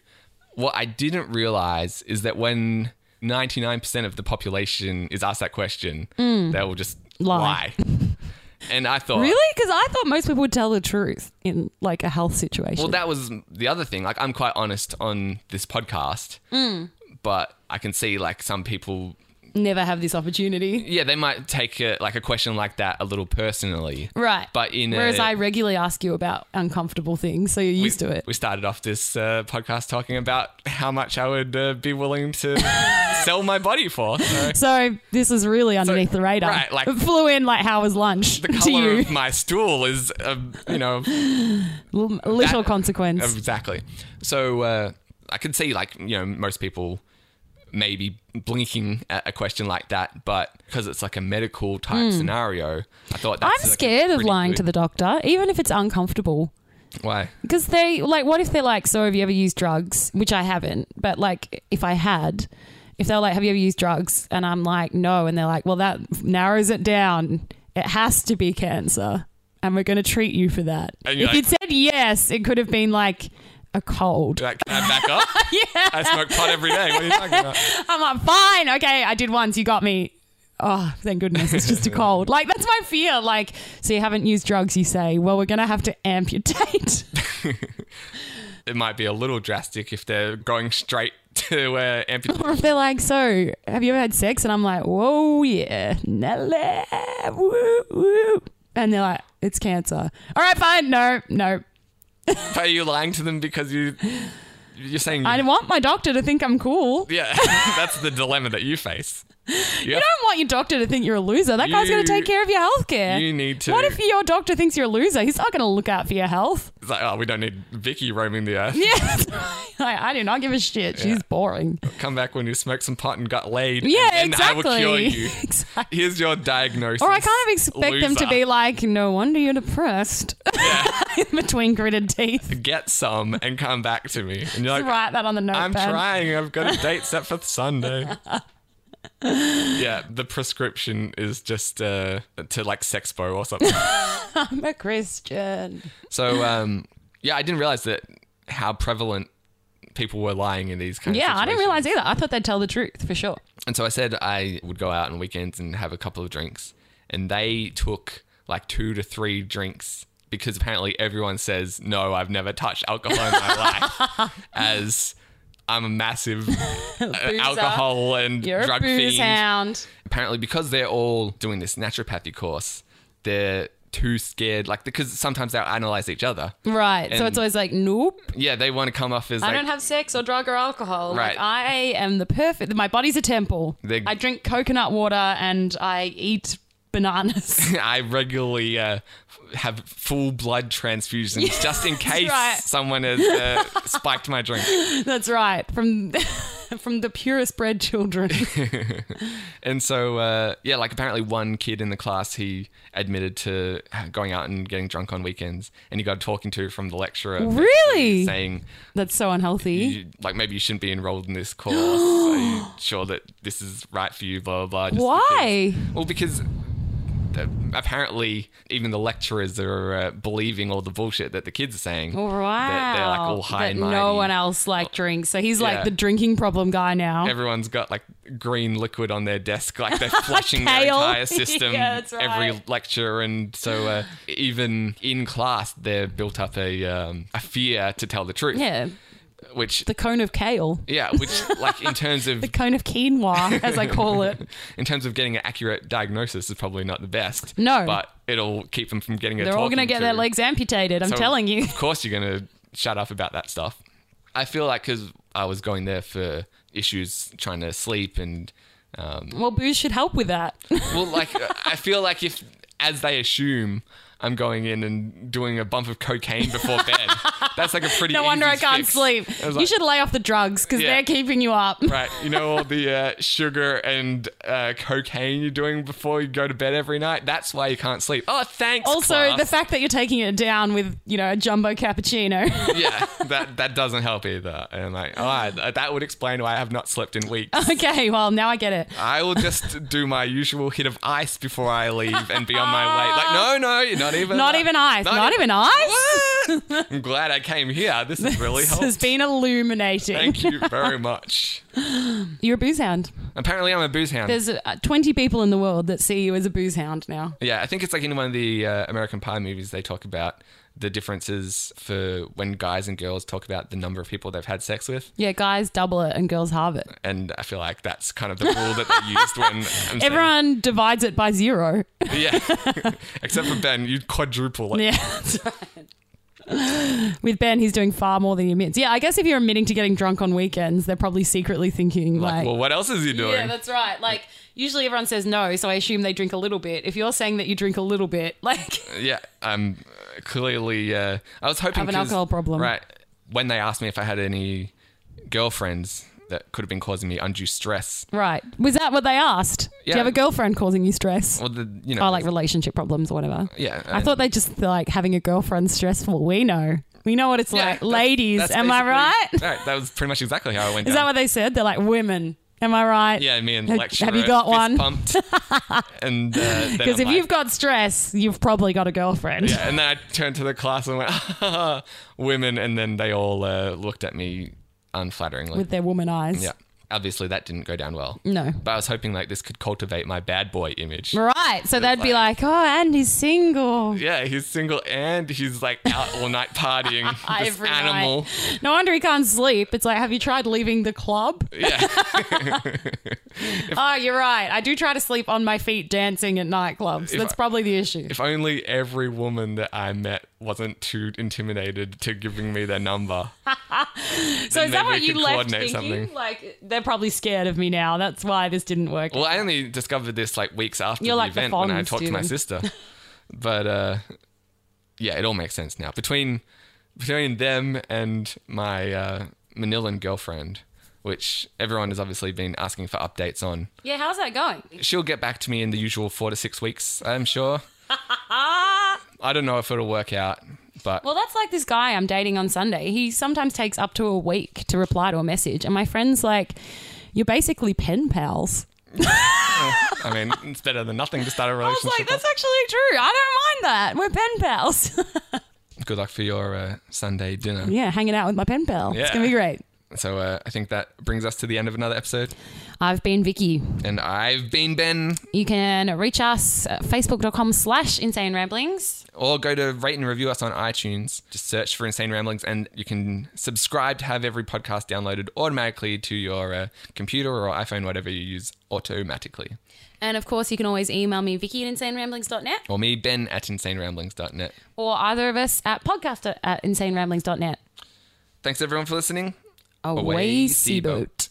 What I didn't realize is that when 99% of the population is asked that question, they will just Mm. Lie. lie. and I thought, Really? Because I thought most people would tell the truth in like a health situation. Well, that was the other thing. Like, I'm quite honest on this podcast, Mm. but I can see like some people. Never have this opportunity. Yeah, they might take a, like a question like that a little personally, Right. But in a- Whereas I regularly ask you about uncomfortable things, so you're used we, to it. We started off this uh, podcast talking about how much I would uh, be willing to sell my body for. So so this is really underneath the radar. right, like- it flew in like how was lunch the to color you. of my stool is, uh, you know, L- Little that- consequence. exactly. So uh, I can see, like, you know, most people maybe blinking at a question like that, but because it's like a medical type scenario, I thought that's Hmm. like I'm a scared of pretty lying to good- the doctor, even if it's uncomfortable. Why? Because they like, what if they're like, so have you ever used drugs? Which I haven't, but like, if I had, if they're like, have you ever used drugs? And I'm like, no, and they're like, well, that narrows it down. It has to be cancer, and we're going to treat you for that. And If you're you'd like- said yes, it could have been like a cold. Like, can I back up? yeah. I smoke pot every day. What are you talking about? I'm like, fine, okay, I did once, you got me. Oh, thank goodness, it's just a cold. Like that's my fear. Like, so you haven't used drugs, you say? Well, we're going to have to amputate. it might be a little drastic if they're going straight to uh, amputation. Or if they're like, so have you ever had sex? And I'm like, whoa, yeah, Nelly, woo, woo. And they're like, it's cancer. All right, fine, no, no. Are you lying to them because you you're saying I want my doctor to think I'm cool. yeah? that's the dilemma that you face. You, have- I don't want your doctor to think you're a loser. That guy's going You- to take care of your health care. you need to- What if your doctor thinks you're a loser? He's not going to look out for your health. it's like, oh, we don't need Vicky roaming the earth. Yeah. like, I do not give a shit. She's boring. Come back when you smoked some pot and got laid. Yeah, and then exactly. I will cure you. exactly. Here's your diagnosis. Or I kind of expect them to Loser. be like, no wonder you're depressed. Between gritted teeth. get some and come back to me. And you're like, write that on the notepad. I'm trying. I've got a date set for Sunday. yeah, the prescription is just uh, to like Sexpo or something. I'm a Christian. So um, yeah, I didn't realize that how prevalent people were lying in these kind of Yeah, I didn't situations. realize either. I thought they'd tell the truth for sure. And so I said I would go out on weekends and have a couple of drinks, and they took like two to three drinks because apparently everyone says no, I've never touched alcohol in my life, as I'm a massive uh, alcohol and You're drug a booze fiend. hound. apparently because they're all doing this naturopathy course, they're too scared. Like because sometimes they'll analyze each other. Right. so And- it's always like, nope, Yeah, they want to come off as I like, don't have sex or drug or alcohol. Right. Like, I am the perfect, my body's a temple. They- I drink coconut water and I eat bananas. I regularly uh, f- have full blood transfusions just in case right. someone has uh, spiked my drink. That's right. From from the purest bred children. And so, uh, yeah, like apparently one kid in the class, he admitted to going out and getting drunk on weekends, and he got a talking to from the lecturer. basically Really? Saying, That's so unhealthy. you, like, maybe you shouldn't be enrolled in this course. Are you sure that this is right for you? Blah, blah, blah. just Why? because- well, because uh, apparently even the lecturers are uh, believing all the bullshit that the kids are saying. Wow. That they're like all high That and no mighty. one else like drinks. So he's like Yeah. the drinking problem guy now. Everyone's got like green liquid on their desk, like they're flushing their Kale. entire system Yeah, that's every right. lecture, and so uh, even in class they've built up a um, a fear to tell the truth. yeah. Which The cone of kale. yeah, which like in terms of The cone of quinoa, as I call it. in terms of getting an accurate diagnosis is probably not the best. No. but it'll keep them from getting. A They're all talking going to get to. their legs amputated. I'm So, telling you. Of course, you're going to shut up about that stuff. I feel like because I was going there for issues trying to sleep and, um, Well, booze should help with that. well, like, uh, I feel like if, as they assume, I'm going in and doing a bump of cocaine before bed, that's like a pretty no wonder easy I can't fix. sleep. I was you like, should lay off the drugs because Yeah. they're keeping you up. Right, you know all the uh, sugar and uh, cocaine you're doing before you go to bed every night. That's why you can't sleep. Oh, thanks. Also, class. the fact that you're taking it down with, you know, a jumbo cappuccino. yeah, that that doesn't help either. And like, oh, I- that would explain why I have not slept in weeks. okay, well, now I get it. I will just do my usual hit of ice before I leave and be on my way. Like, no, no, you're not even. Not even ice. Not, even ice. What? I'm glad I came here. This has really This has helped. been illuminating. Thank you very much. You're a booze hound. Apparently, I'm a booze hound. There's uh, 20 people in the world that see you as a booze hound now. yeah, I think it's like in one of the uh, American Pie movies, they talk about the differences for when guys and girls talk about the number of people they've had sex with. Yeah, guys double it and girls halve it. And I feel like that's kind of the rule that they used when. I'm saying- Everyone divides it by zero. Yeah. Except for Ben, you quadruple it. Yeah, that's right. With Ben, he's doing far more than he admits. Yeah, I guess if you're admitting to getting drunk on weekends, they're probably secretly thinking Like, like, well, what else is he doing? yeah, that's right. Like usually everyone says no, so I assume they drink a little bit. If you're saying that you drink a little bit, like Yeah, I'm uh, clearly. Uh, I was hoping Have an 'cause- alcohol problem. Right. When they asked me if I had any girlfriends that could have been causing me undue stress, right, was that what they asked? Do Yeah. you have a girlfriend causing you stress? well, the you know, Or Oh, like relationship problems or whatever. yeah, uh, I thought they just like having a girlfriend's stressful. We know. We know what it's yeah, like. that's- Ladies, that's am I basically- right? Right, that was pretty much exactly how I went. Is that down. what they said? They're like women. Am I right? Yeah, me and Have- lecturer. have you got fist one? Pumped. and uh, because Because if you've got stress, you've probably got a girlfriend. yeah, and then I turned to the class and went, women, and then they all uh, looked at me unflatteringly. With their woman eyes. yeah, obviously that didn't go down well. No. But I was hoping like this could cultivate my bad boy image. Right. So they'd be like, oh, Andy's single. Yeah, he's single and he's like out all night partying. this Every night. animal. No wonder he can't sleep. It's like, have you tried leaving the club? Yeah. Oh, you're right. I do try to sleep on my feet dancing at nightclubs. That's I- probably the issue. if only every woman that I met wasn't too intimidated to giving me their number. So is maybe that what we you could left coordinate thinking? something. Like, they're probably scared of me now. That's why this didn't work. Well, I only discovered this like weeks after You're the like the event when I Fonz, talked to my dude. sister. But uh, yeah, it all makes sense now. Between between them and my uh, Manilan girlfriend, which everyone has obviously been asking for updates on. yeah, how's that going? She'll get back to me in the usual four to six weeks, I'm sure. I don't know if it'll work out, but Well, that's like this guy I'm dating on Sunday. He sometimes takes up to a week to reply to a message. And my friend's like, you're basically pen pals. I mean, it's better than nothing to start a I was relationship. like, that's actually true. I don't mind that. We're pen pals. with. Good luck for your uh, Sunday dinner. yeah, hanging out with my pen pal. It's Yeah. going to be great. So uh, I think that brings us to the end of another episode. I've been Vicky. And I've been Ben, You can reach us at facebook.com slash insane ramblings. or go to rate and review us on iTunes. Just search for Insane Ramblings, and you can subscribe to have every podcast downloaded automatically to your uh, computer or iPhone, whatever you use, automatically. And of course, you can always email me, Vicky at insaneramblings.net, Or me, Ben at insaneramblings.net. or either of us at podcast at insaneramblings.net. Thanks everyone for listening. Away, Away, sea seaboat.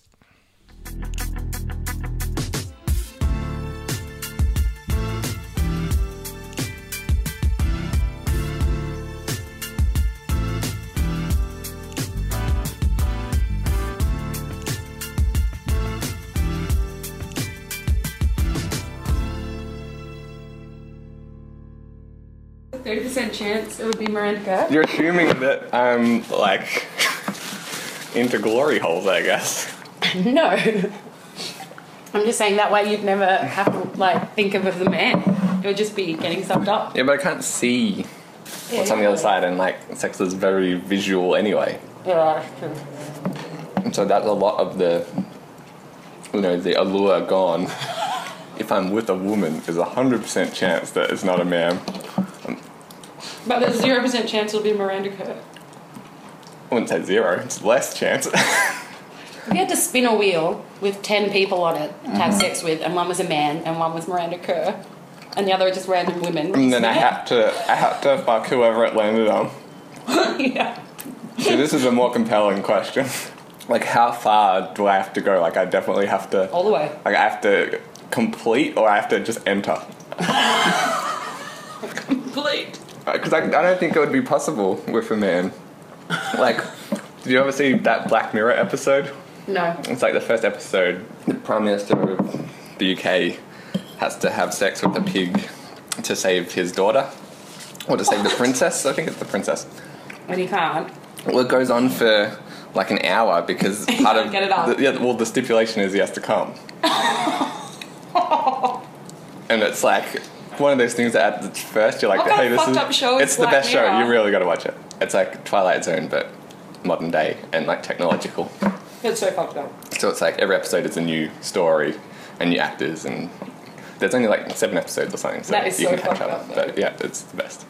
boat. Thirty percent chance it would be Miranda. You're assuming that I'm like into glory holes, I guess. No. I'm just saying that way you'd never have to like think of, of the man. It would just be getting sucked up. Yeah, but I can't see what's on the other side, and like sex is very visual anyway. Yeah, that's true. And so that's a lot of the, you know, the allure gone. If I'm with a woman, there's a hundred percent chance that it's not a man. But there's zero percent chance it'll be Miranda Kerr. I wouldn't say zero. It's less chance. If you had to spin a wheel with 10 people on it to Mm. have sex with, and one was a man and one was Miranda Kerr, and the other were just random women. and then I had to, I had to fuck whoever it landed on. yeah. See, this is a more compelling question. Like, how far do I have to go? Like, I definitely have to. All the way. Like, I have to complete, or I have to just enter. Complete. Because Uh, I, I don't think it would be possible with a man. Like, did you ever see that Black Mirror episode? No. It's like the first episode. The Prime Minister of the UK has to have sex with a pig to save his daughter, or to save the princess. I think it's the princess. And you can't. Well, it goes on for like an hour because part of Get it up. the- yeah, well, the stipulation is he has to come, and it's like one of those things that at first you're like, What kind "Hey, of this fucked is up show is it's the Black best show. Mirror? You really got to watch it." It's like Twilight Zone, but modern day and like technological. It's so fucked up. So it's like every episode is a new story and new actors, and there's only like seven episodes or something, so That is you so can catch fucked up. up, though. But yeah, it's the best.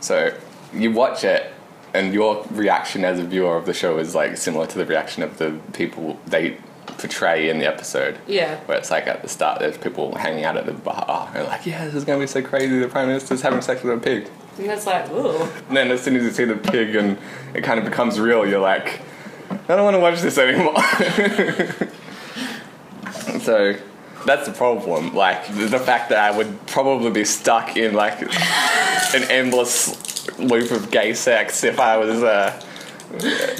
So you watch it, and your reaction as a viewer of the show is like similar to the reaction of the people they portray in the episode. Yeah. Where it's like at the start, there's people hanging out at the bar and like, yeah, this is gonna be so crazy. The prime minister's having sex with a pig. And it's like, ooh. And then as soon as you see the pig and it kind of becomes real, you're like, I don't want to watch this anymore. so that's the problem. Like the the fact that I would probably be stuck in like an endless loop of gay sex if I was uh,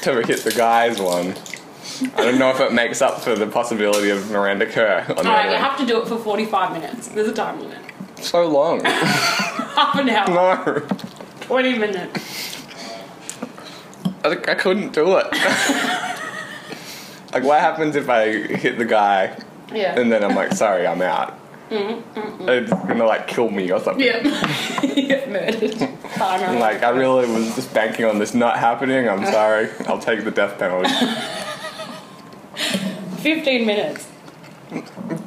to hit the guys one. I don't know if it makes up for the possibility of Miranda Kerr on the All right, other you end. have to do it for 45 minutes. There's a time limit. So long. Half an hour. no. 20 minutes. I, I couldn't do it. like, what happens if I hit the guy Yeah. and then I'm like, sorry, I'm out? It's gonna like kill me or something. yeah. you get murdered. Time I'm out. like, I really was just banking on this not happening. I'm sorry. I'll take the death penalty. 15 minutes.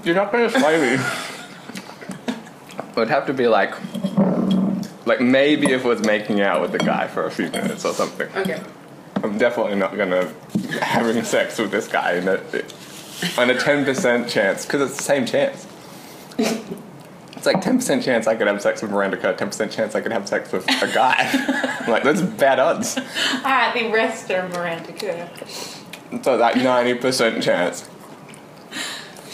You're not gonna slay me. it would have to be like, like maybe if I was making out with the guy for a few minutes or something. Okay. I'm definitely not gonna having sex with this guy in a, on a ten percent chance because it's the same chance. It's like ten percent chance I could have sex with Miranda Kerr, ten percent chance I could have sex with a guy. I'm like that's bad odds. All right, the rest are Miranda Kerr. So like ninety percent chance.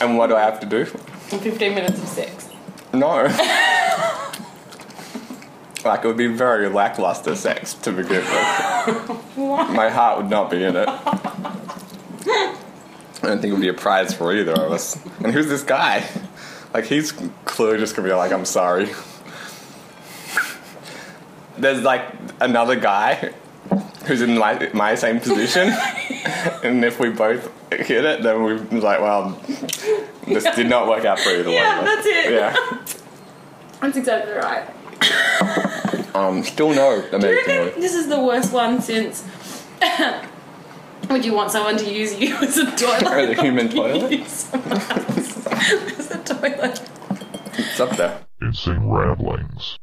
And what do I have to do? 15 minutes of sex. No. like it would be very lackluster sex to begin with. My heart would not be in it. I don't think it would be a prize for either of us. And who's this guy? Like he's clearly just gonna be like, I'm sorry. There's like another guy who's in my, my same position, and if we both hit it, then we're like, well, this did not work out for either Yeah, one. of us. that's it. Yeah. That's exactly right. Um, still no Do you American reckon Idol. this is the worst one since? would you want someone to use you as a Or toilet? the human toilet. Use someone else as a toilet. It's up there. Insane Ramblings.